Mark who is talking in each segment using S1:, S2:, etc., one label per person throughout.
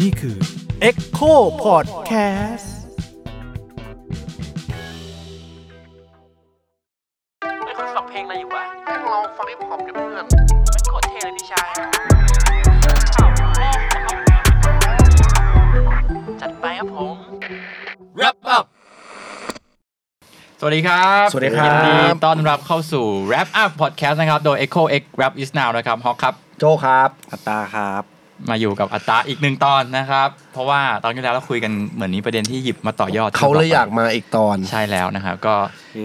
S1: นี่คือ
S2: Echo Podcast
S3: ไม่คุณฟังเพลงอะไรอยู่วะ
S4: แม่งลองฟังฮิปฮอปดิเพื่อน
S3: ไม่โคตรเท่เลยพี่ชาย จัดไปครับผม
S5: wrap up สวัสดีครับ
S2: สวัสดีครับ
S5: ยินดีต้อนรับเข้าสู่ wrap up podcast นะครับ โดย Echo X Wrap is now นะครับฮอกครับ
S2: โจครับอัตตาครับ
S5: มาอยู่กับอัตตาอีกหนึ่งตอนนะครับ เพราะว่าตอนที่แล้วเราคุยกันเหมือนนี้ประเด็นที่หยิบมาต่อยอด
S4: เขาเลยอยากมาอีกตอน
S5: ใช่แล้วนะครับ ก็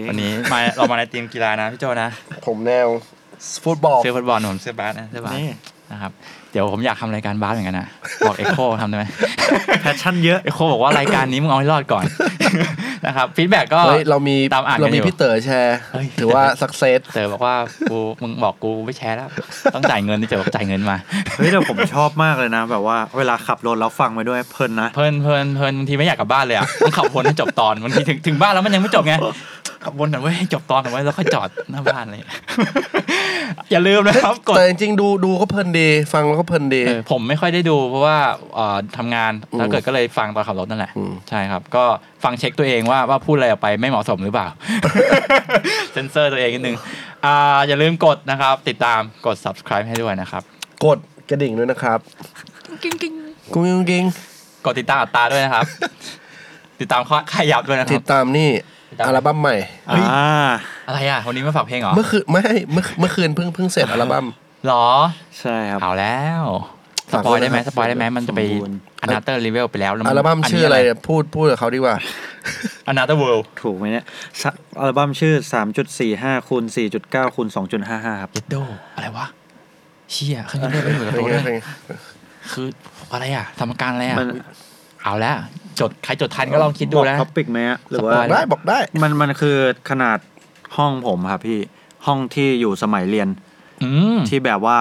S5: วันนี้ มาเรามาในทีมกีฬานะพี่โจนะ
S4: ผมแนว ฟุตบอล
S5: เสื้อฟุตบอลผมเสื้อบาสนะเสื้อบาส
S2: นี่
S5: นะครับเดี๋ยวผมอยากทำรายการบาสเหมือนกัน นะบอกเอ็กโคทำได้ไหม
S2: แพชชั่นเยอะ
S5: เอ็กโคบอกว่ารายการนี้มึงเอาให้รอดก่อน นะครับฟีดแบ็กก็
S4: เฮ้ย เรามี
S5: ตามอ่าน
S4: เรา
S5: กันอ
S4: มี
S5: ยู่
S4: พี่เต๋อแชร์
S5: เฮ้ย
S4: ถือว่าสักเซส
S5: เต๋อบอกว่ากูมึงบอกกูไม่แชร์แล้ว ต้องจ่ายเงินนี่เต๋อบอกจ่ายเงินมา
S2: เฮ้ยแต่ ผมชอบมากเลยนะ แบบว่าเวลาขับรถแล้วฟังไปด้วยเพลินนะ
S5: เพลินเพลินเพลินบางทีไม่อยากกลับบ้านเลยอ่ะต้องขับวนให้จบตอนบางทีถึงถึงบ้านแล้วมันยังไม่จบไงขับวนก่อนเว้ยให้จบตอนก่อนเว้ยแล้วค่อยจอดหน้าบ้านเลย อย่าลืมนะครับกด
S4: แต่จริงๆดูดูก็เพลินดี ฟังแล้วก็เพลินดี
S5: เออผมไม่ค่อยได้ดูเพราะว่าเอ่อทำงาน
S4: อืม
S5: แล้วเกิดก็เลยฟังตอนขับรถนั่นแหละ
S4: อืม
S5: ใช่ครับ ก็ฟังเช็คตัวเองว่าว่าพูดอะไรออกไปไม่เหมาะสมหรือเปล่า เซนเซอร์ตัวเองนิดนึงอ่าอย่าลืมกดนะครับ ติดตามกด subscribe ให้ด้วยนะครับ
S4: กดกระดิ่งด้วยนะครับ กิ้งกิ้งกิ้งกิ้ง
S5: กดติดตามอัตราด้วยนะครับ ติดตามข้อขยับด้วยนะค
S4: ติ
S5: รั
S4: ด
S5: บ
S4: ตามนี่
S5: ติดตาม
S4: อัลบั้มใหม่
S2: อ่า
S5: อะไรอ่ะ วันนี้มาฝากเพลงเหรอ
S4: เมื่อคืนไม่เมื่อเมื่อคืนเพิ่งเพิ่งเสร็จอัลบั้ม
S5: หรอ
S2: ใช่ครับ
S5: เอาแล้วส
S4: ฝาก
S5: ปอยได้ไหม
S4: ด้วยนะครับ
S5: สปอยได้ไหมมันจะไป
S2: สมบูรณ์
S5: อนาเตอร์เลเวลไปแล้วแล้วน
S4: อัลบั้ม
S5: นนี้
S4: ชื่ออะไรพูดพูดกับเขาดีกว่า
S5: อนาเตอร์เวิลด์
S2: ถูกไหมเนี่ยสะอัลบั้มชื่อ 3.45คูณ4.9คูณ2.55 ครับ
S5: เยดโดอะไรวะเชี่ยเครื่องยนต์ไม่เหมือนกับ
S4: เป็น
S5: ตั
S4: ไงเป็
S5: ว
S4: น
S5: ด้
S4: ไง
S5: คืออะไรอ่ะสมการอะไรอ่ะ
S2: มัน
S5: เอาละจดใครจดทันก็ลองคิดดูนะ
S2: ท็อปิกไหมอะหรือว่า
S5: สปอยล์
S4: ได้บอกได้
S2: มันมันคือขนาดห้องผมครับพี่ห้องที่อยู่สมัยเรียน
S5: อืม
S2: ที่แบบว่า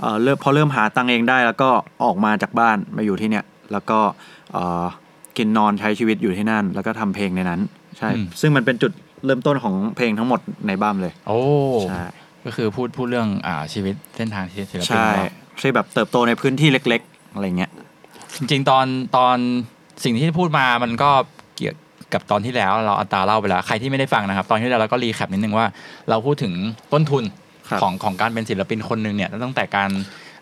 S2: เอ่อเริ่มพอเริ่มหาตังค์เองได้แล้วก็ออกมาจากบ้านมาอยู่ที่เนี่ย แล้วก็เอ่อกินนอนใช้ชีวิตอยู่ที่นั่น แล้วก็ทำเพลงในนั้น ใช่ ซึ่งมันเป็นจุดเริ่มต้นของเพลงทั้งหมดในบ้ามเลย
S5: โอ้
S2: ใช่
S5: ก็คือพูดพูดเรื่องอ่าชีวิตเส้นทางชีวิตศิลปิน
S2: ใช่
S5: ของเรา
S2: ใช่แบบเติบโตในพื้นที่เล็ก ๆ อะไรเงี้ย
S5: จริง ๆ ตอนตอนสิ่งที่พูดมามันก็เกี่ยวกับตอนที่แล้วเราอัตราเล่าไปแล้ว ใครที่ไม่ได้ฟังนะครับ ตอนที่แล้วเราก็รีแคปนิดนึงว่า เราพูดถึงต้นทุน
S2: ครับ
S5: ของของการเป็นศิลปินคนหนึ่งเนี่ยตั้งแต่การ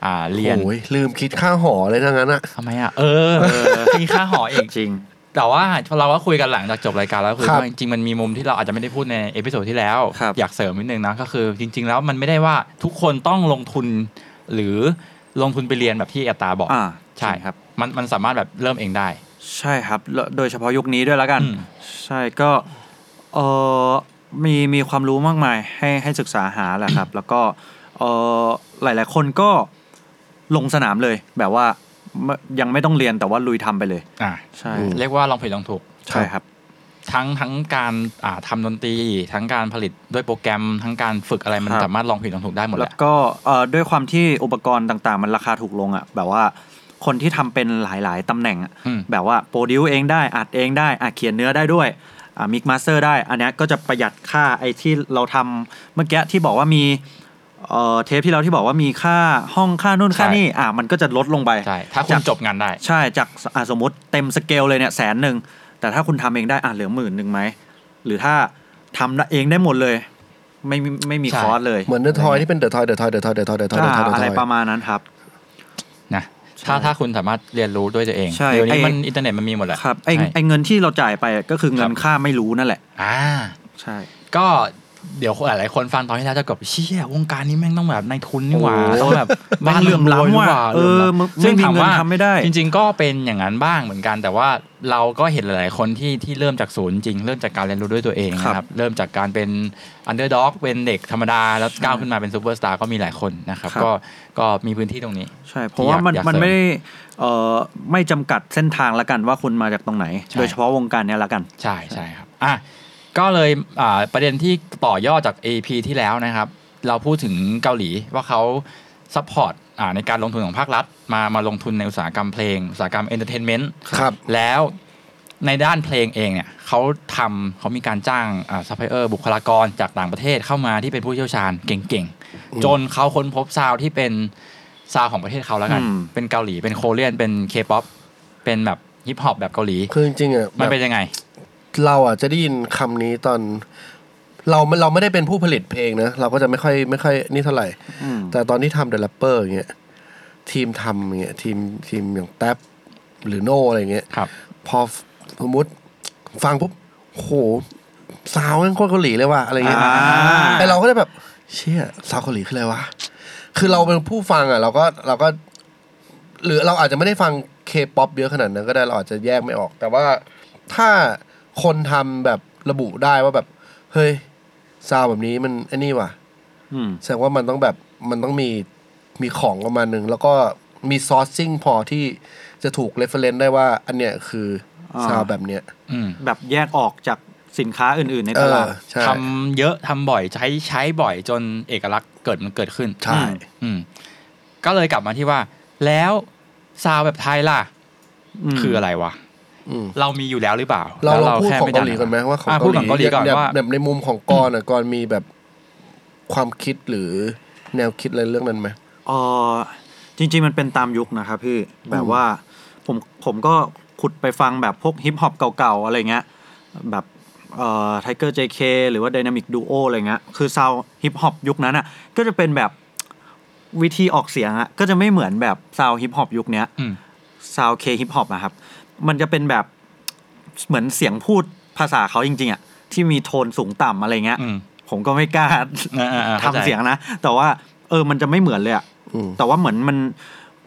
S5: อ่าเรียน
S4: โอ้ยลืมคิดค่าหอเลยทั้งนั้นอะ
S5: ทำไมอ่ะเออ มีค่าหอเอง
S2: จริง
S5: แต่ว่าเราก็คุยกันหลังจากจบรายการแล้วคุย
S4: ครับ
S5: ว่าจริงๆมันมีมุมที่เราอาจจะไม่ได้พูดในเอพิโซดที่แล้ว
S2: ครับ
S5: อยากเสริมนิดนึงนะก็คือ จริง ๆ แล้วมันไม่ได้ว่าทุกคนต้องลงทุน หรือลงทุนไปเรียนแบบที่อัตราบอก
S2: อ่า
S5: ใช่
S2: จริงครับ
S5: มันมันสามารถแบบเริ่มเองได้
S2: ใช่ครับแล้วโดยเฉพาะยุคนี้ด้วยแล้วกัน
S5: อืม
S2: ใช่ก็เออมีมีความรู้มากมายให้ให้ศึกษาหาแหละ ครับ แล้วก็เออหลาย ๆ คนก็ลงสนามเลย แบบว่าไม่ยังไม่ต้องเรียนแต่ว่าลุยทำไปเลย
S5: อ่า
S2: ใช่
S5: เรียกว่าลองผิดลองถูก
S2: ใช่ครับ
S5: ทั้งทั้งการอ่าทำดนตรี ทั้งการผลิตด้วยโปรแกรม ทั้งการฝึกอะไรมัน
S2: ครับ
S5: สามารถลองผิดลองถูกได้หมดแห
S2: แล้
S5: ละ
S2: วก็เอ่อด้วยความที่อุปกรณ์ต่างๆ มันราคาถูกลงอ่ะแบบว่าคนที่ทำเป็นหลายๆตำแหน่งอะ
S5: อืม
S2: แบบว่าโปรดิวเองได้อัดเองได้อ่ะเขียนเนื้อได้ด้วยอ่ะมิกมาสเตอร์ได้ อันเนี้ยก็จะประหยัดค่าไอ้ที่เราทำเมื่อกี้ที่บอกว่ามีเอ่อเทปที่เราที่บอกว่ามีค่าห้องค่านู่นค่านี่อ่ะมันก็จะลดลงไป
S5: ใช่ถ้าคุณจบงานได้
S2: ใช่จากอ่ะสมมติเต็มสเกลเลยเนี่ยแสนหนึ่งแต่ถ้าคุณทำเองได้อ่ะเหลือหมื่นหนึ่งไหมหรือถ้าทำเองได้หมดเลย ไม่มีไม่มี
S5: ใช่
S2: คอร์สเลย
S4: เหมือนเดอะทอยที่เป็นเดอะทอยเดอะทอยเดอะทอยเดอะทอยเดอะทอยเดอะทอย
S2: อะไรประมาณนั้นครับ
S5: นะถ้าถ้าคุณสามารถเรียนรู้ด้วยตัวเอง
S2: ใช่
S5: เดี๋ยวนี้
S2: ไอ้
S5: มันอินเทอร์เน็ตมันมีหมดแหละ
S2: ครับไอ
S5: ใช่
S2: ไอเงินที่เราจ่ายไปก็คือเงิ
S5: ครั
S2: น
S5: บ
S2: ค่าไม่รู้นั่นแหละ
S5: อ่า
S2: ใช่
S5: ก็เดี๋ยวหลายๆคนฟังตอนที่แล้วจะกบบเชี่ยวงการนี้แม่งต้องแบบในายทุนนี่หว่าต้อง แบบ
S2: บ้านเหลื่อม
S5: รวย
S2: ล้ำว่ะ
S5: หว่า
S2: เออมึง
S5: ซึ่
S2: ไม่
S5: ง
S2: มีเงิน
S5: ถามว่า
S2: ทำไม่ได้
S5: จริง ๆ ก็เป็นอย่างนั้นบ้างเหมือนกัน แต่ว่าเราก็เห็นหลายๆคนที่ที่เริ่มจากศูนย์จริง เริ่มจากการเรียนรู้ด้วยตัวเอง
S2: ครับ
S5: นะครับเริ่มจากการเป็นอันเดอร์ด็อกเป็นเด็กธรรมดาแล้วก้าวขึ้นมาเป็นซูเปอร์สตาร์ก็มีหลายคนนะครับ
S2: ครับ
S5: ก็ก็มีพื้นที่ตรงนี้
S2: ใช่ เพราะว่ามัน
S5: อยาก
S2: มัน
S5: เสริม
S2: ไม่ได้เอ่อไม่จำกัดเส้นทางละกันว่าคุณมาจากตรงไหน
S5: ใช่
S2: โดยเฉพาะวงการเนี้ยละกัน
S5: ใช่ใช่ครับอ่ะก็เลยอ่าประเด็นที่ต่อยอดจาก AP ที่แล้วนะครับ เราพูดถึงเกาหลีว่าเขาซัพพอร์ตอ่าในการลงทุนของภาครัฐ มามาลงทุนในอุตสาหกรรมเพลง อุตสาหกรรมเอนเตอร์เทนเมนต์
S4: ครับ
S5: แล้วในด้านเพลงเองเนี่ยเขาทำเขามีการจ้างอ่าซัพพลายเออร์บุคลากรจากต่างประเทศเข้ามาที่เป็นผู้เชี่ยวชาญเก่งๆ จนเขาค้นพบซาวด์ที่เป็น ซาวด์ของประเทศเขาแล้วกัน
S2: อืม
S5: เป็นเกาหลีเป็นโคเรียนเป็นเคป๊อปเป็นแบบฮิปฮอปแบบเกาหลี
S4: คือจริงๆอ่ะ
S5: มัน
S4: แบบ
S5: เป็นยังไง
S4: เราอ่ะจะได้ยินคำนี้ตอน เราเราไม่ได้เป็นผู้ผลิตเพลงนะ เราก็จะไม่ค่อยไม่ค่อยนี่เท่าไหร่
S2: อืม
S4: แต่ตอนที่ทำเดอะแรปเปอร์อย่างเงี้ยทีมทำอย่างเงี้ยทีมทีมอย่างแท็บหรือโนอะไรอย่างเงี้ย
S5: ครับ
S4: พอสมมติฟังปุ๊บโหสาวนั่นโคตรเกาหลีเลยว่ะอะไรเงี้ย
S2: อ่า
S4: ไอเราก็ได้แบบ เชี่ยสาวเกาหลีคืออะไรวะคือเราเป็นผู้ฟังอ่ะ เราก็เราก็ หรือเราอาจจะไม่ได้ฟังเคป๊อปเยอะขนาดนั้นก็ได้เราอาจจะแยกไม่ออก แต่ว่าถ้าคนทำแบบระบุได้ว่าแบบ เฮ้ยซาวแบบนี้มันไอ้นี่ว่ะ
S2: อืม
S4: แสดงว่ามันต้องแบบมันต้องมีมีของประมาณหนึ่งแล้วก็มีซอร์ซิ่งพอที่จะถูกเรฟเฟรนซ์ได้ว่า อันเนี้ยคืออา ซาวแบบเนี้ย
S5: อืม
S2: แบบแยกออกจากสินค้าอื่น ๆ ใน
S4: เอ
S2: ต
S4: อ
S2: ลาด
S4: ใช่
S5: ทำเยอะทำบ่อยใช้ใช้บ่อยจนเอกลักษณ์เกิดมันเกิดขึ้น
S4: ใช่
S2: อืม
S5: อืมก็เลยกลับมาที่ว่า แล้วซาวด์แบบไทยล่ะ
S2: ม
S5: คืออะไรวะ
S4: อืม
S5: เรามีอยู่แล้วหรือเปล่า
S4: เรา
S5: แล้ว
S4: ลองพูดของ
S5: ไม่
S4: เกาหลีก่อนไหมว่าของ
S5: ะพูดของเกาหลีก่อน
S4: แบบ
S5: ว่า
S4: แบบในมุมของกรอ่ะกรมีแบบความคิดหรือแนวคิดอะไรเรื่องนั้นไหม
S2: เออจริง ๆ มันเป็นตามยุคนะครับพี่แบบว่าผมผมก็ขุดไปฟังแบบพวกฮิปฮอปเก่า ๆ อะไรเงี้ยแบบเอ่อไทเกอร์เจเคหรือว่า Dynamic Duo อะไรเงี้ยคือซาวฮิปฮอปยุคนั้นอ่ะก็จะเป็นแบบวิธีออกเสียงอ่ะก็จะไม่เหมือนแบบซาวฮิปฮอปยุคเนี้ย
S5: อืม
S2: ซาวเคฮิปฮอปนะครับ มันจะเป็นแบบเหมือนเสียงพูดภาษาเขาจริง ๆอ่ะที่มีโทนสูงต่ำอะไรเงี้ย
S5: อืม
S2: ผมก็ไม่กล้า
S5: อ่าๆๆเข้าใจ
S2: ทำเสียงนะ แต่ว่าเออมันจะไม่เหมือนเลยอ่ะ
S4: อืม
S2: แต่ว่าเหมือนมัน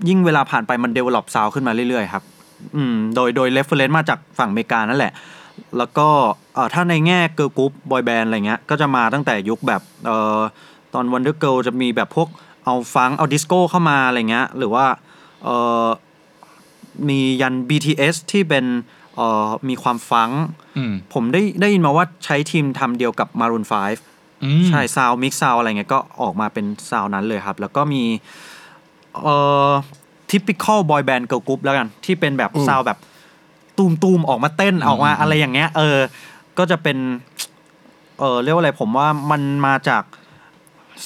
S2: ยิ่งเวลาผ่านไปมันเดเวล็อปซาวขึ้นมาเรื่อย ๆ ครับ อืมโดยโดยเรฟเฟรนซ์มาจากฝั่งอเมริกานั่นแหละ แล้วก็เอ่อถ้าในแง่เกิร์ลกรุ๊ปบอยแบนด์อะไรเงี้ยก็จะมาตั้งแต่ยุคแบบเอ่อตอนวันเดอร์เกิลจะมีแบบพวกเอาฟังก์เอาดิสโก้เข้ามาอะไรเงี้ยหรือว่าเอ่อ มียัน BTS ที่เป็นเอ่อมีความฟังก์
S5: อืม
S2: ผมได้ได้ยินมาว่าใช้ทีมทำเดียวกับ Maroon 5
S5: อืม
S2: ใช่ซาวมิกซาวอะไรเงี้ยก็ออกมาเป็นซาวนั้นเลยครับ แล้วก็มีเอ่อ typical boy band girl group แล้วกัน ที่เป็นแบบ
S4: อืม
S2: ซาวแบบตูมตูมๆออกมาเต้นออกมาอะไรอย่างเงี้ย เออ ก็จะเป็น เออเรียกว่าอะไรผมว่ามันมาจาก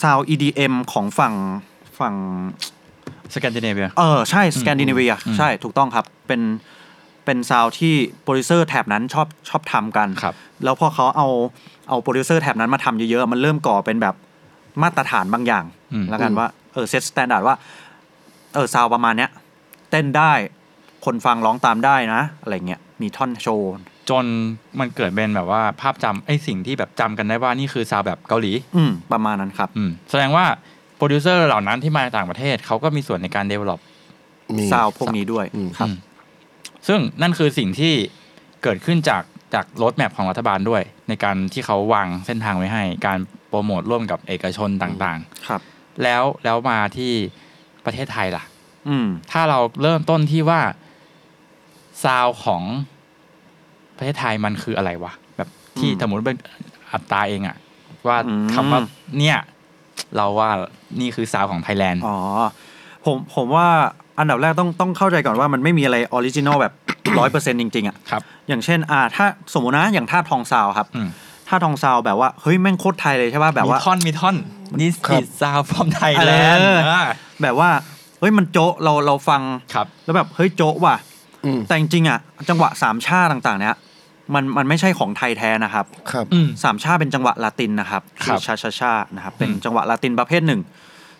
S2: ซาว EDM ของฝั่งฝั่ง
S5: สแกนดิเนเวีย
S2: เออ ใช่ สแกนดิเนเวีย ใช่ ถูกต้องครับ เป็นเป็นซาวด์ที่โปรดิวเซอร์แถบนั้นชอบชอบทำกัน
S5: ครับ
S2: แล้วพอเขาเอาเอาโปรดิวเซอร์แถบนั้นมาทำเยอะๆ มันเริ่มก่อเป็นแบบมาตรฐานบางอย่าง แล้วกันว่า เออเซตสแตนดาร์ดว่า เออซาวด์ประมาณเนี้ย เต้นได้คนฟังร้องตามได้นะ อะไรเงี้ยมีท่อนโชว์
S5: จนมันเกิดเป็นแบบว่าภาพจำไอ้สิ่งที่แบบจำกันได้ว่านี่คือซาวด์แบบเกาหลี
S2: อืม ประมาณนั้นครับ
S5: อืมแสดงว่าโปรดิวเซอร์เหล่านั้นที่มาจากต่างประเทศเขาก็มีส่วนในการ develop
S4: มี
S2: ซาวด์พวกนี้ด้วย
S4: อืม
S2: ครับ
S5: ซึ่งนั่นคือสิ่งที่เกิดขึ้นจากจากรถแมพของรัฐบาลด้วย ในการที่เขาวางเส้นทางไว้ให้ การโปรโมทร่วมกับเอกชนต่าง
S2: ครับ
S5: ๆ แล้วแล้วมาที่ประเทศไทยล่ะ
S2: อืม
S5: ถ้าเราเริ่มต้นที่ว่าซาวด์ของประเทศไทยมันคืออะไรวะ แบบที่
S2: อืม
S5: สมมติเป็นอัตราเองอะว่า
S2: อืม
S5: คำว่าเนี่ย เราว่านี่คือซาวด์ของไทยแลนด์
S2: อ๋อผมผมว่าอันดับแรกต้องต้องเข้าใจก่อนว่ามันไม่มีอะไรออริจินอลแบบ ร้อยเปอร์เซ็นต์จริงๆอ่ะ
S5: ครับ
S2: อย่างเช่นอ่าถ้าสมมตินะอย่างท่าทองซาวครับ
S5: อืม
S2: ท่าทองซาวแบบว่าเฮ้ยแม่งโคตรไทยเลยใช่ป่ะแบบว่า
S5: มีท่อนมีท่อนนี่
S4: ครับ
S5: สิซาวด์ from ไทยแลนด์
S2: เอออ่
S5: า
S2: แบบว่าเฮ้ยมันโจ๊ะเราเราฟัง
S5: ครับ
S2: แล้วแบบเฮ้ยโจ๊ะว่ะ
S4: อืม
S2: แต่จริงๆอ่ะจังหวะสามชาต่างๆเนี้ยมันมันไม่ใช่ของไทยแท้นะครับ
S4: ครับ
S5: อืม
S2: สามชาเป็นจังหวะลาตินนะครับ
S5: ครับ
S2: ชาชาชานะครับเป็นจังหวะลาตินประเภทหนึ่ง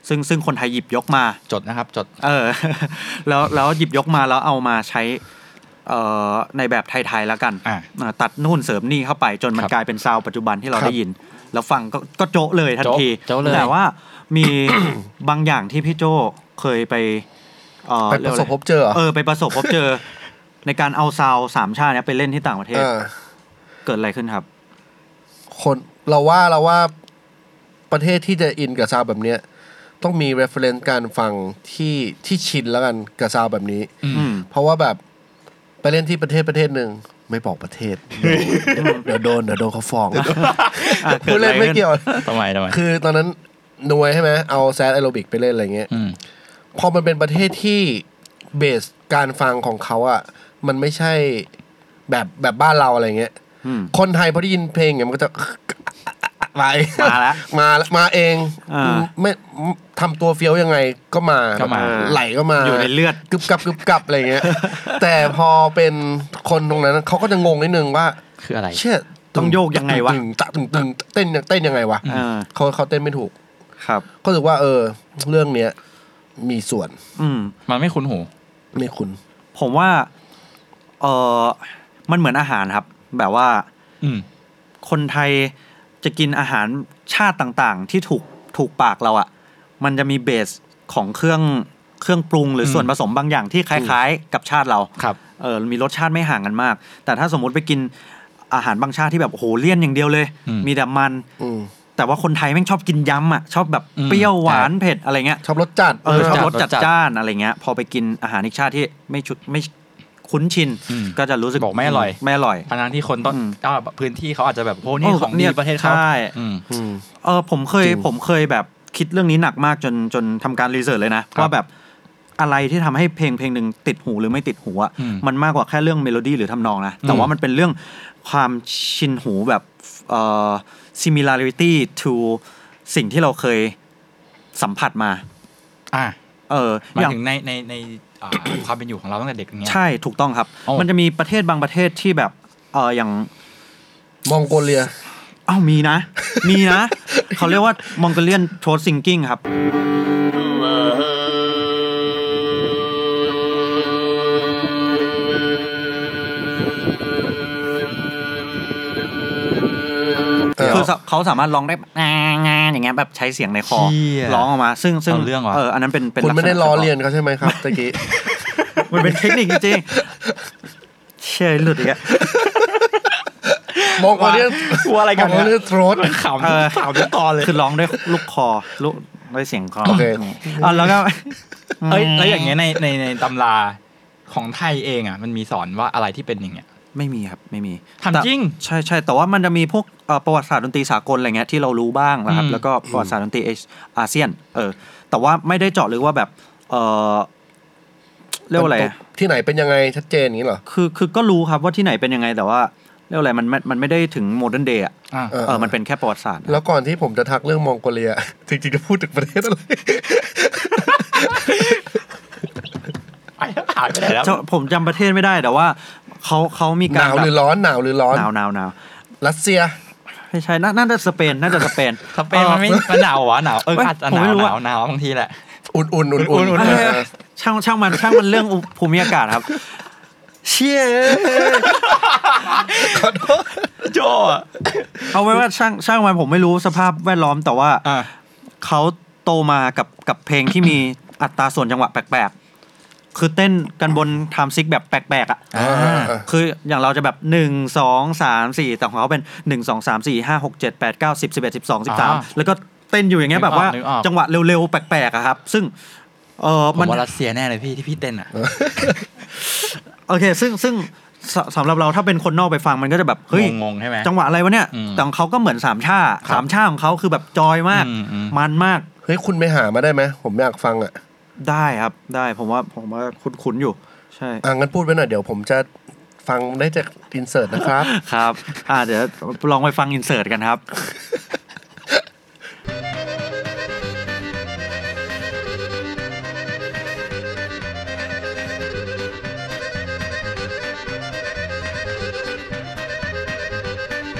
S2: ซึ่งซึ่งคนไทยหยิบยกมา
S5: จดนะครับ จด
S2: เออ แล้วแล้วหยิบยกมาแล้วเอามาใช้เอ่อในแบบไทยๆแล้วกัน
S5: อ่ะ
S2: อ่ะตัดนู่นเสริมนี่เข้าไปจนมัน
S5: ครับ
S2: กลายเป็นซาวด์ปัจจุบันที่เรา
S4: ครับ
S2: ได้ยิน แล้วฟังก็ก็โจะเลยทันที
S5: โจ๊ะโจ๊ะเลย
S2: แต่ว่ามี บางอย่างที่พี่โจเคยไปเอ่อ
S4: ไปป
S2: เยก
S4: ระ
S2: ว่า
S4: สบพบเจอเหรอ
S2: เออไปประสบพบเจอ ในการเอาซาวด์สามชาติเนี้ยไปเล่นที่ต่างประเทศ
S4: อ่า
S2: เกิดอะไรขึ้นครับ
S4: คนเราว่าเราว่าประเทศที่จะอินกับซาวด์แบบเนี้ยต้องมี reference การฟังที่ที่ชินแล้วกันกับซาวด์แบบนี้
S2: อืม
S4: เพราะว่าแบบไปเล่นที่ประเทศประเทศหนึ่งไม่บอกประเทศ เดี๋ยวโดนเดี๋ยวโดนเขาฟ้อง
S2: อ่ะเกิ
S4: พู
S2: ด
S4: ด
S2: อะไร
S4: เล่นไม่
S2: ขึ้น
S4: เกี่ยว
S5: ทำไมทำไม
S4: คือตอนนั้นหน่วยใช่ไหมเอาแซดแอโรบิกไปเล่นอะไรเงี้ย
S5: อืม
S4: พอมันเป็นประเทศที่เบสการฟังของเขาอ่ะมันไม่ใช่แบบแบบบ้านเราอะไรเงี้ย
S2: อืม
S4: คนไทยพอได้ยินเพลงเนี่ยมันก็จะ มาเอง
S2: มาแล้ว
S4: มาแล้วมาเอง
S2: อ่า
S4: ไม่ทำตัวเฟี้ยวยังไงก็มา
S5: ก็มา
S4: ไหลก็มา
S2: อยู่ในเลือด
S4: กึบกับกึบกับอะไรเงี้ย แต่พอเป็นคนตรงนั้นเขาก็จะงงนิดนึงว่า
S5: คืออะไร
S4: เชี่ย
S2: ต้องโยกยังไงวะ
S4: ตึตะตึงตึงเต้นเต้นยังไงวะ
S2: อ่า
S4: เขาเขาเต้นไม่ถูก
S2: ครับ
S4: ก็รู้สึกว่าเออ เรื่องเนี้ยมีส่วน
S2: อืม
S5: มันไม่คุ้นหู
S4: ไม่คุณ
S2: ผมว่า เออมันเหมือนอาหารครับ แบบว่า
S5: อืม
S2: คนไทยจะกินอาหารชาติต่างๆ ที่ถูกถูกปากเราอะ่ะ มันจะมีเบสของเครื่องเครื่องปรุงหรืออ
S5: ม
S2: ส่วนผสมบางอย่างที่คล้ายๆ กับชาติเรา
S5: ครับ
S2: เออมีรสชาติไม่ห่างกันมาก แต่ถ้าสมมติไปกินอาหารบางชาติที่แบบโอ้โหเลี่ยนอย่างเดียวเลย
S5: อืม
S2: มีแต่มัน
S4: อืม
S2: แต่ว่าคนไทยแม่งชอบกินยำอ่ะ ชอบแบบ
S5: อืม
S2: เปรี้ยวหวาน
S5: ครับ
S2: เผ็ดอะไรเงี้ย
S4: ชอบรสจัด
S2: เออชอบรส
S5: รสจั
S2: จัด
S5: ด
S2: จ้านอะไรเงี้ย พอไปกินอาหารอีกชาติที่ไม่ชุดไม่คุ้นชิน
S5: อืม
S2: ก็จะรู้สึก
S5: บอกไม่อร่อย
S2: ไม่อร่อย
S5: ทั้งๆที่คนต้น
S2: อืม
S5: อ่าพื้นที่เขาอาจจะแบบโอ้นี่ของดีประเทศเขา
S2: ใช่
S5: อืม
S4: อืม
S2: เออผมเคย
S4: จริง
S2: ผมเคยแบบคิดเรื่องนี้หนักมากจนจนทำการรีเสิร์ชเลยนะ
S5: ครับ
S2: ว่าแบบอะไรที่ทำให้เพลงเพลงหนึ่งติดหูหรือไม่ติดหูอะ
S5: อืม
S2: มันมากกว่าแค่เรื่องเมโลดี้หรือทำนองนะ แต่
S5: อืม
S2: ว่ามันเป็นเรื่องความชินหูแบบเอ่อ similarity to สิ่งที่เราเคยสัมผัสมา
S5: อ่า
S2: เออ
S5: หมา
S2: อย ย่าง
S5: ถึงในในในอ่า ความเป็นอยู่ของเราตั้งแต่เด็กอย่างเงี้ย
S2: ใช่ถูกต้องครับ
S5: อ๋อ
S2: มันจะมีประเทศบางประเทศที่แบบเอออย่าง
S4: มองโกเลีย
S2: อ้าวมีนะ มีนะ เขาเรียกว่ามองโกเลียนโทรซิงกิ้งครับ
S4: เออ
S2: คือเขาสามารถร้องได้แบบงานๆอย่างเงี้ยแบบใช้เสียงในคอ
S5: เชี่ย
S2: ร้องออกมา ซึ่งซึ่ง
S5: เอาเรื่องว่ะ
S2: เอออันนั้นเป็นเป็น
S4: คุณไม่ได้
S2: ลักษณะ
S4: ล้อเลียนเขาใช่ไหมครับ ตะกี้
S2: มันเป็นเทคนิคจริง ๆเชยหลุดอีกอะ
S4: มองโกเลียน
S5: กลัวอะไรกัน
S4: มองโก
S5: เนี่ย
S4: เลียนโทรส
S5: ขำ
S2: เออ
S5: ขำทุกตอนเลย
S2: คือร้องด้วยลูกคอลูกด้วยเสียงคอ
S4: โอเค
S2: อ่ะแล้วก็
S5: เอ้ยแล้วอย่างเงี้ยในในในตำราของไทยเองอ่ะมันมีสอนว่าอะไรที่เป็นอย่างเงี้ย
S2: ไม่มีครับ ไม่มี
S5: ถาม
S2: แต่
S5: จริง
S2: ใช่ใช่แต่ว่ามันจะมีพวกเอ่อประวัติศาสตร์ดนตรีสากลอะไรเงี้ยที่เรารู้บ้างนะครับ
S5: อืม
S2: แล้วก็ประวัติศาสตร์ดนตรีเอชอาเซียน เออ แต่ว่าไม่ได้เจาะลึกว่าแบบเออเรียกว่าอะไรอะ
S4: ที่ไหนเป็นยังไงชัดเจนอย่างนี้เหรอ
S2: คือคือก็รู้ครับว่าที่ไหนเป็นยังไงแต่ว่าเรียกว่าอะไรมันมันมันไม่ได้ถึงโมเดิร์นเดย์อ่ะ
S5: อ่ะ
S4: เออ
S2: เออมันเป็นแค่ประวัติศาสตร์นะ
S4: แล้วก่อนที่ผมจะทักเรื่องมองโกเลีย จริงๆจะพูดถึงประเทศอะไร
S5: ไอ้หายไปไหนแล้ว
S2: เจ้าผมจำประเทศไม่ได้แต่ว่าเขาเขามี
S4: ห
S2: การ
S4: นาวหรือร้อนหนาวหรือร้อน
S2: หนาวหนาวหนาว
S4: รัสเซีย
S2: ไม่ใช่น่าน่าจะสเปนน่าจะสเป น
S5: สเปนมันไม่มันหนาวเหรอหนาวเออ
S2: เอ้ย
S5: อาจจะ
S2: ผม
S5: หนา
S2: ไม่
S5: ว
S2: รู้
S5: ห
S2: อะ
S5: นาวหนาวบางทีแหละ
S4: อุ่นๆอุ่นๆอุ่น
S5: อุ่นๆ
S4: เออ
S2: ช่างช่างมันช่างมันเรื่อง ภูมิอากาศครับ เชี่ย
S4: ขอโทษ
S5: โจอ่ะ
S2: เอาไว้ว่าช่างช่างมันผมไม่รู้สภาพแวดล้อมแต่ว่า
S5: อ่ะ
S2: เขาโตมากับกับเพลงที่มี อัตราส่วนจังหวะแปลกๆ คือเต้นกันบนไทม์ซิกแบบแปลกๆอ่ะ
S4: อ่า
S2: คืออย่างเราจะแบบหนึ่งสองสามสี่แต่ของเขาเป็นหนึ่งสองสามสี่ห้าหกเจ็ดแปดเก้าสิบสิบเอ็ดสิบสองสิบสามแล้วก็เต้นอยู่อย่างเงี้ยแบบว่าจังหวะเร็วๆแปลกๆอะครับ ซึ่งเออ
S5: ผม
S2: มัน
S5: ว่ารัสเซียแน่เลยพี่ที่พี่เต้นอ่ะ
S2: โอเค ซึ่งซึ่งสสำหรับเราถ้าเป็นคนนอกไปฟังมันก็จะแบบเฮ้ย
S5: งงๆใช่ไหม
S2: จังหวะอะไรวะเนี่ย
S5: อืม
S2: แต่ของเขาก็เหมือนสามชา
S5: ครับ
S2: สามชาของเขาคือแบบจอยมาก
S5: อืมอืม
S2: มันมาก
S4: เฮ้ย คุณไปหามาได้ไหม ผมอยากฟังอ่ะ
S2: ได้ครับ ได้ผมว่าผมว่าคุ้นๆอยู่ ใช่
S4: อ่ะงั้นพูดไว้หน่อยเดี๋ยวผมจะฟังได้จากอินเสิร์ตนะครับ
S2: ครับ อ่าเดี๋ยวลองไปฟังอินเสิร์ตกันครับ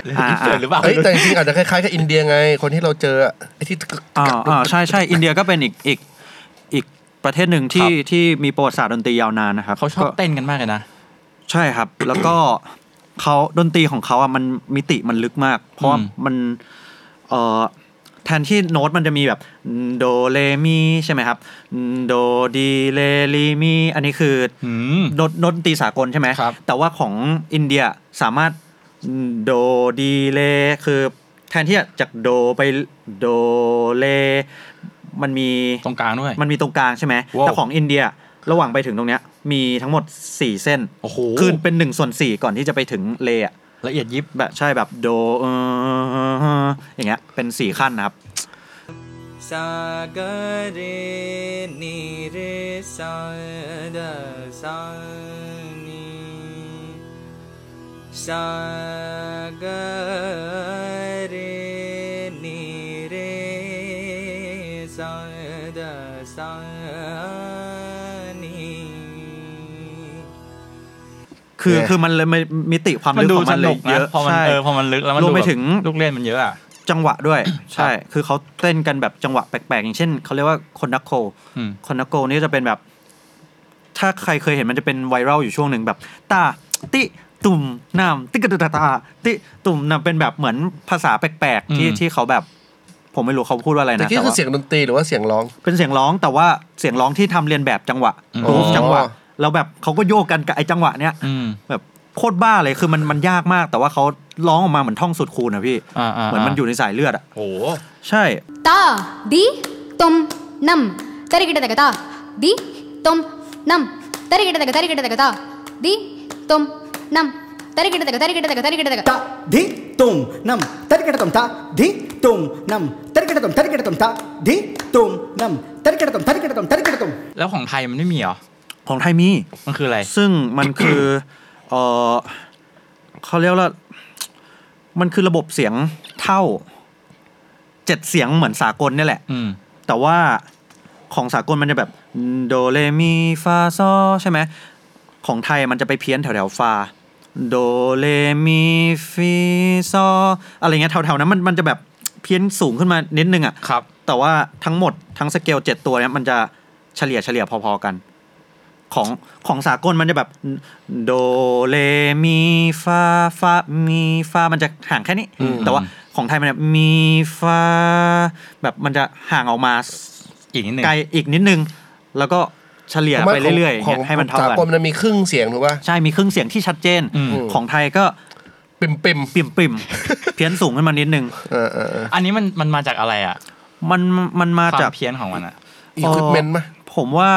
S5: หรือ
S2: อ่า
S5: เกิดหรือเปล่า
S4: เฮ้ย แต่จริงๆอาจจะคล้ายๆกับอินเดียไง คนที่เราเจออะไอ้ที่
S2: อ่าอ่าใช่ใช่อินเดียก็เป็นอีกอีกอีกประเทศหนึ่งที่ที่มีประวัติศาสตร์ดนตรียาวนานนะครับ
S5: เขาชอบ
S2: ก็
S5: เต้นกันมากเลยนะ
S2: ใช่ครับ แล้วก็เขาดนตรีของเขาอ่ะมันมิติมันลึกมาก เพราะว่า
S5: อืม
S2: มันเอ่อแทนที่โน้ตมันจะมีแบบโดเรมีใช่ไหมครับโดดีเลรมีอันนี้คืออโน้ตโน้ตดนตรีสากลใช่ไหม
S5: ครับ
S2: แต่ว่าของอินเดียสามารถโดดีเลคือแทนที่จะจากโดไปโดเลมันมี
S5: ตรงกลางด้วย
S2: มันมีตรงกลางใช่ไหม
S5: ว้าว
S2: แต่ของอินเดียระหว่างไปถึงตรงเนี้ย มีทั้งหมด 4 เส้น
S5: โอ้โห
S2: คือเป็น1นส่วน4ก่อนที่จะไปถึงเลอะ
S5: ละเอียดยิบ
S2: แบบใช่แบบโดเอออย่างเงี้ย เป็น 4 ขั้นนะครับ
S1: สากเรนีเรสาดาสานีสากเร สานี
S2: คือ
S4: เนี่ย
S2: คือมันเลยมิติความ
S5: มัน
S2: ลึก
S5: ดู
S2: ของ
S5: ส
S2: มันเล
S5: นุ
S2: ย
S5: ก
S2: เย
S5: นะ
S2: อะ
S5: พอมัน
S2: ใช่
S5: เออพอมันลึกแล้วมัน
S2: รวมไป
S5: ดูแบบ
S2: ถึง
S5: ลูกเล่นมันเยอะอ่ะ
S2: จังหวะด้วย ใช่
S5: ครับ
S2: คือเขาเต้นกันแบบจังหวะแปลกๆ อย่างเช่นเขาเรียกว่าคอนดักโค
S5: อืม
S2: คอนดักโกนี่จะเป็นแบบ ถ้าใครเคยเห็นมันจะเป็นไวรัลอยู่ช่วงหนึ่งแบบ ตา ติ ตุ่มน้ำติกระตุกตาตา ติ ตุ่มน้ำเป็นแบบเหมือนภาษาแปลกๆ ที่
S5: อืม
S2: ที่เขาแบบ ผมไม่รู้เขาพูดว่าอะไร
S4: ตะ
S2: นะ
S4: กี้
S2: แต่
S4: คือ
S2: ว่า
S4: เสียงดนตรีหรือว่าเสียงร้อง
S2: เป็นเสียงร้องแต่ว่าเสียงร้องที่ทำเรียนแบบจังหวะ
S5: อ๋อ
S2: รูฟจังหวะแล้วแบบเขาก็โยกกันกับไอ้จังหวะเนี้ย
S5: อืม
S2: แบบโคตรบ้าเลยคือมันมันยากมาก แต่ว่าเขาร้องออกมาเหมือนท่องสุดคูณนะพี่
S5: อ่าา
S2: เหมือนมันอยู่ในสายเลือดอ่ะ
S5: โอ้โห
S2: ใช่
S6: ತ ದಿ ತೊಂ ನಂ ತರಿಗಿಡದಗ ತ ದಿ ತೊಂ ನಂ ತರಿಗಿಡದಗ ತರಿಗಿಡದಗ ತ ದಿ ತೊಂ ನಂ ತರಿಗಿಡದಗ ತರಿಗಿಡದಗ ತರಿಗಿಡದಗ
S7: ತ ಧಿ ತುಂ ನಂ ತರಿಕೆಡತಂ ತ ಧಿ ತುಂ ನಂ ತರಿಕೆಡತಂ ತರಿಕೆಡತಂ ತ ಧಿ ತುಂ ನಂ ತರಿಕೆಡತಂ ತರಿಕೆಡತಂ ತರಿಕೆಡತಂ
S5: แล้วของไทยมันไม่มีเหรอ
S2: ของไทยมี
S5: มันคืออะไร
S2: ซึ่งมันคือ เออเขาเรียกว่า มันคือระบบเสียงเท่าเจ็ดเสียงเหมือนสากลเนี่ยแหละ
S5: อืม
S2: แต่ว่าของสากลมันจะแบบโดเรมีฟาซอใช่ไหม ของไทยมันจะไปเพี้ยนแถวแถวๆฟาโดเรมีฟีซออะไรเงี้ยแถวๆนั้นมันมันจะแบบเพี้ยนสูงขึ้นมานิดนึงอะ
S5: ครับ
S2: แต่ว่าทั้งหมดทั้งสเกลเจ็ดตัวเนี้ยมันจะเฉลี่ยเฉลี่ยพอๆกัน ของของสากลมันจะแบบโดเรมีฟาฟามีฟามันจะห่างแค่นี้ แต่ว่าของไทยมันจะมีฟาแบบมันจะห่างออกมา
S5: อีกนิดหนึ่ง
S2: ไกลอีกนิดนึง แล้วก็เฉลี่ยไปเรื่อยๆ
S4: ข
S2: อ
S4: อง
S2: ย่างเงี้ยให้มันเท่า
S4: สา
S2: กัน
S4: กลมันมีครึ่งเสียงถูกป่ะ
S2: ใช่มีครึ่งเสียงที่ชัดเจน
S5: อืม
S2: ของไทยก็
S4: ปิ่มปิม
S2: ปิ่มๆ เพี้ยนสูงขึ้นมานิดนึง
S4: ๆเออเออเออ
S5: อันนี้มันมันมาจากอะไรอ่ะ
S2: มันมันมา
S5: ควา
S2: จาก
S5: มเพี้ยนของมันอ่ะ
S4: อีควิปเมนต์ป่ะ
S2: ผมว่า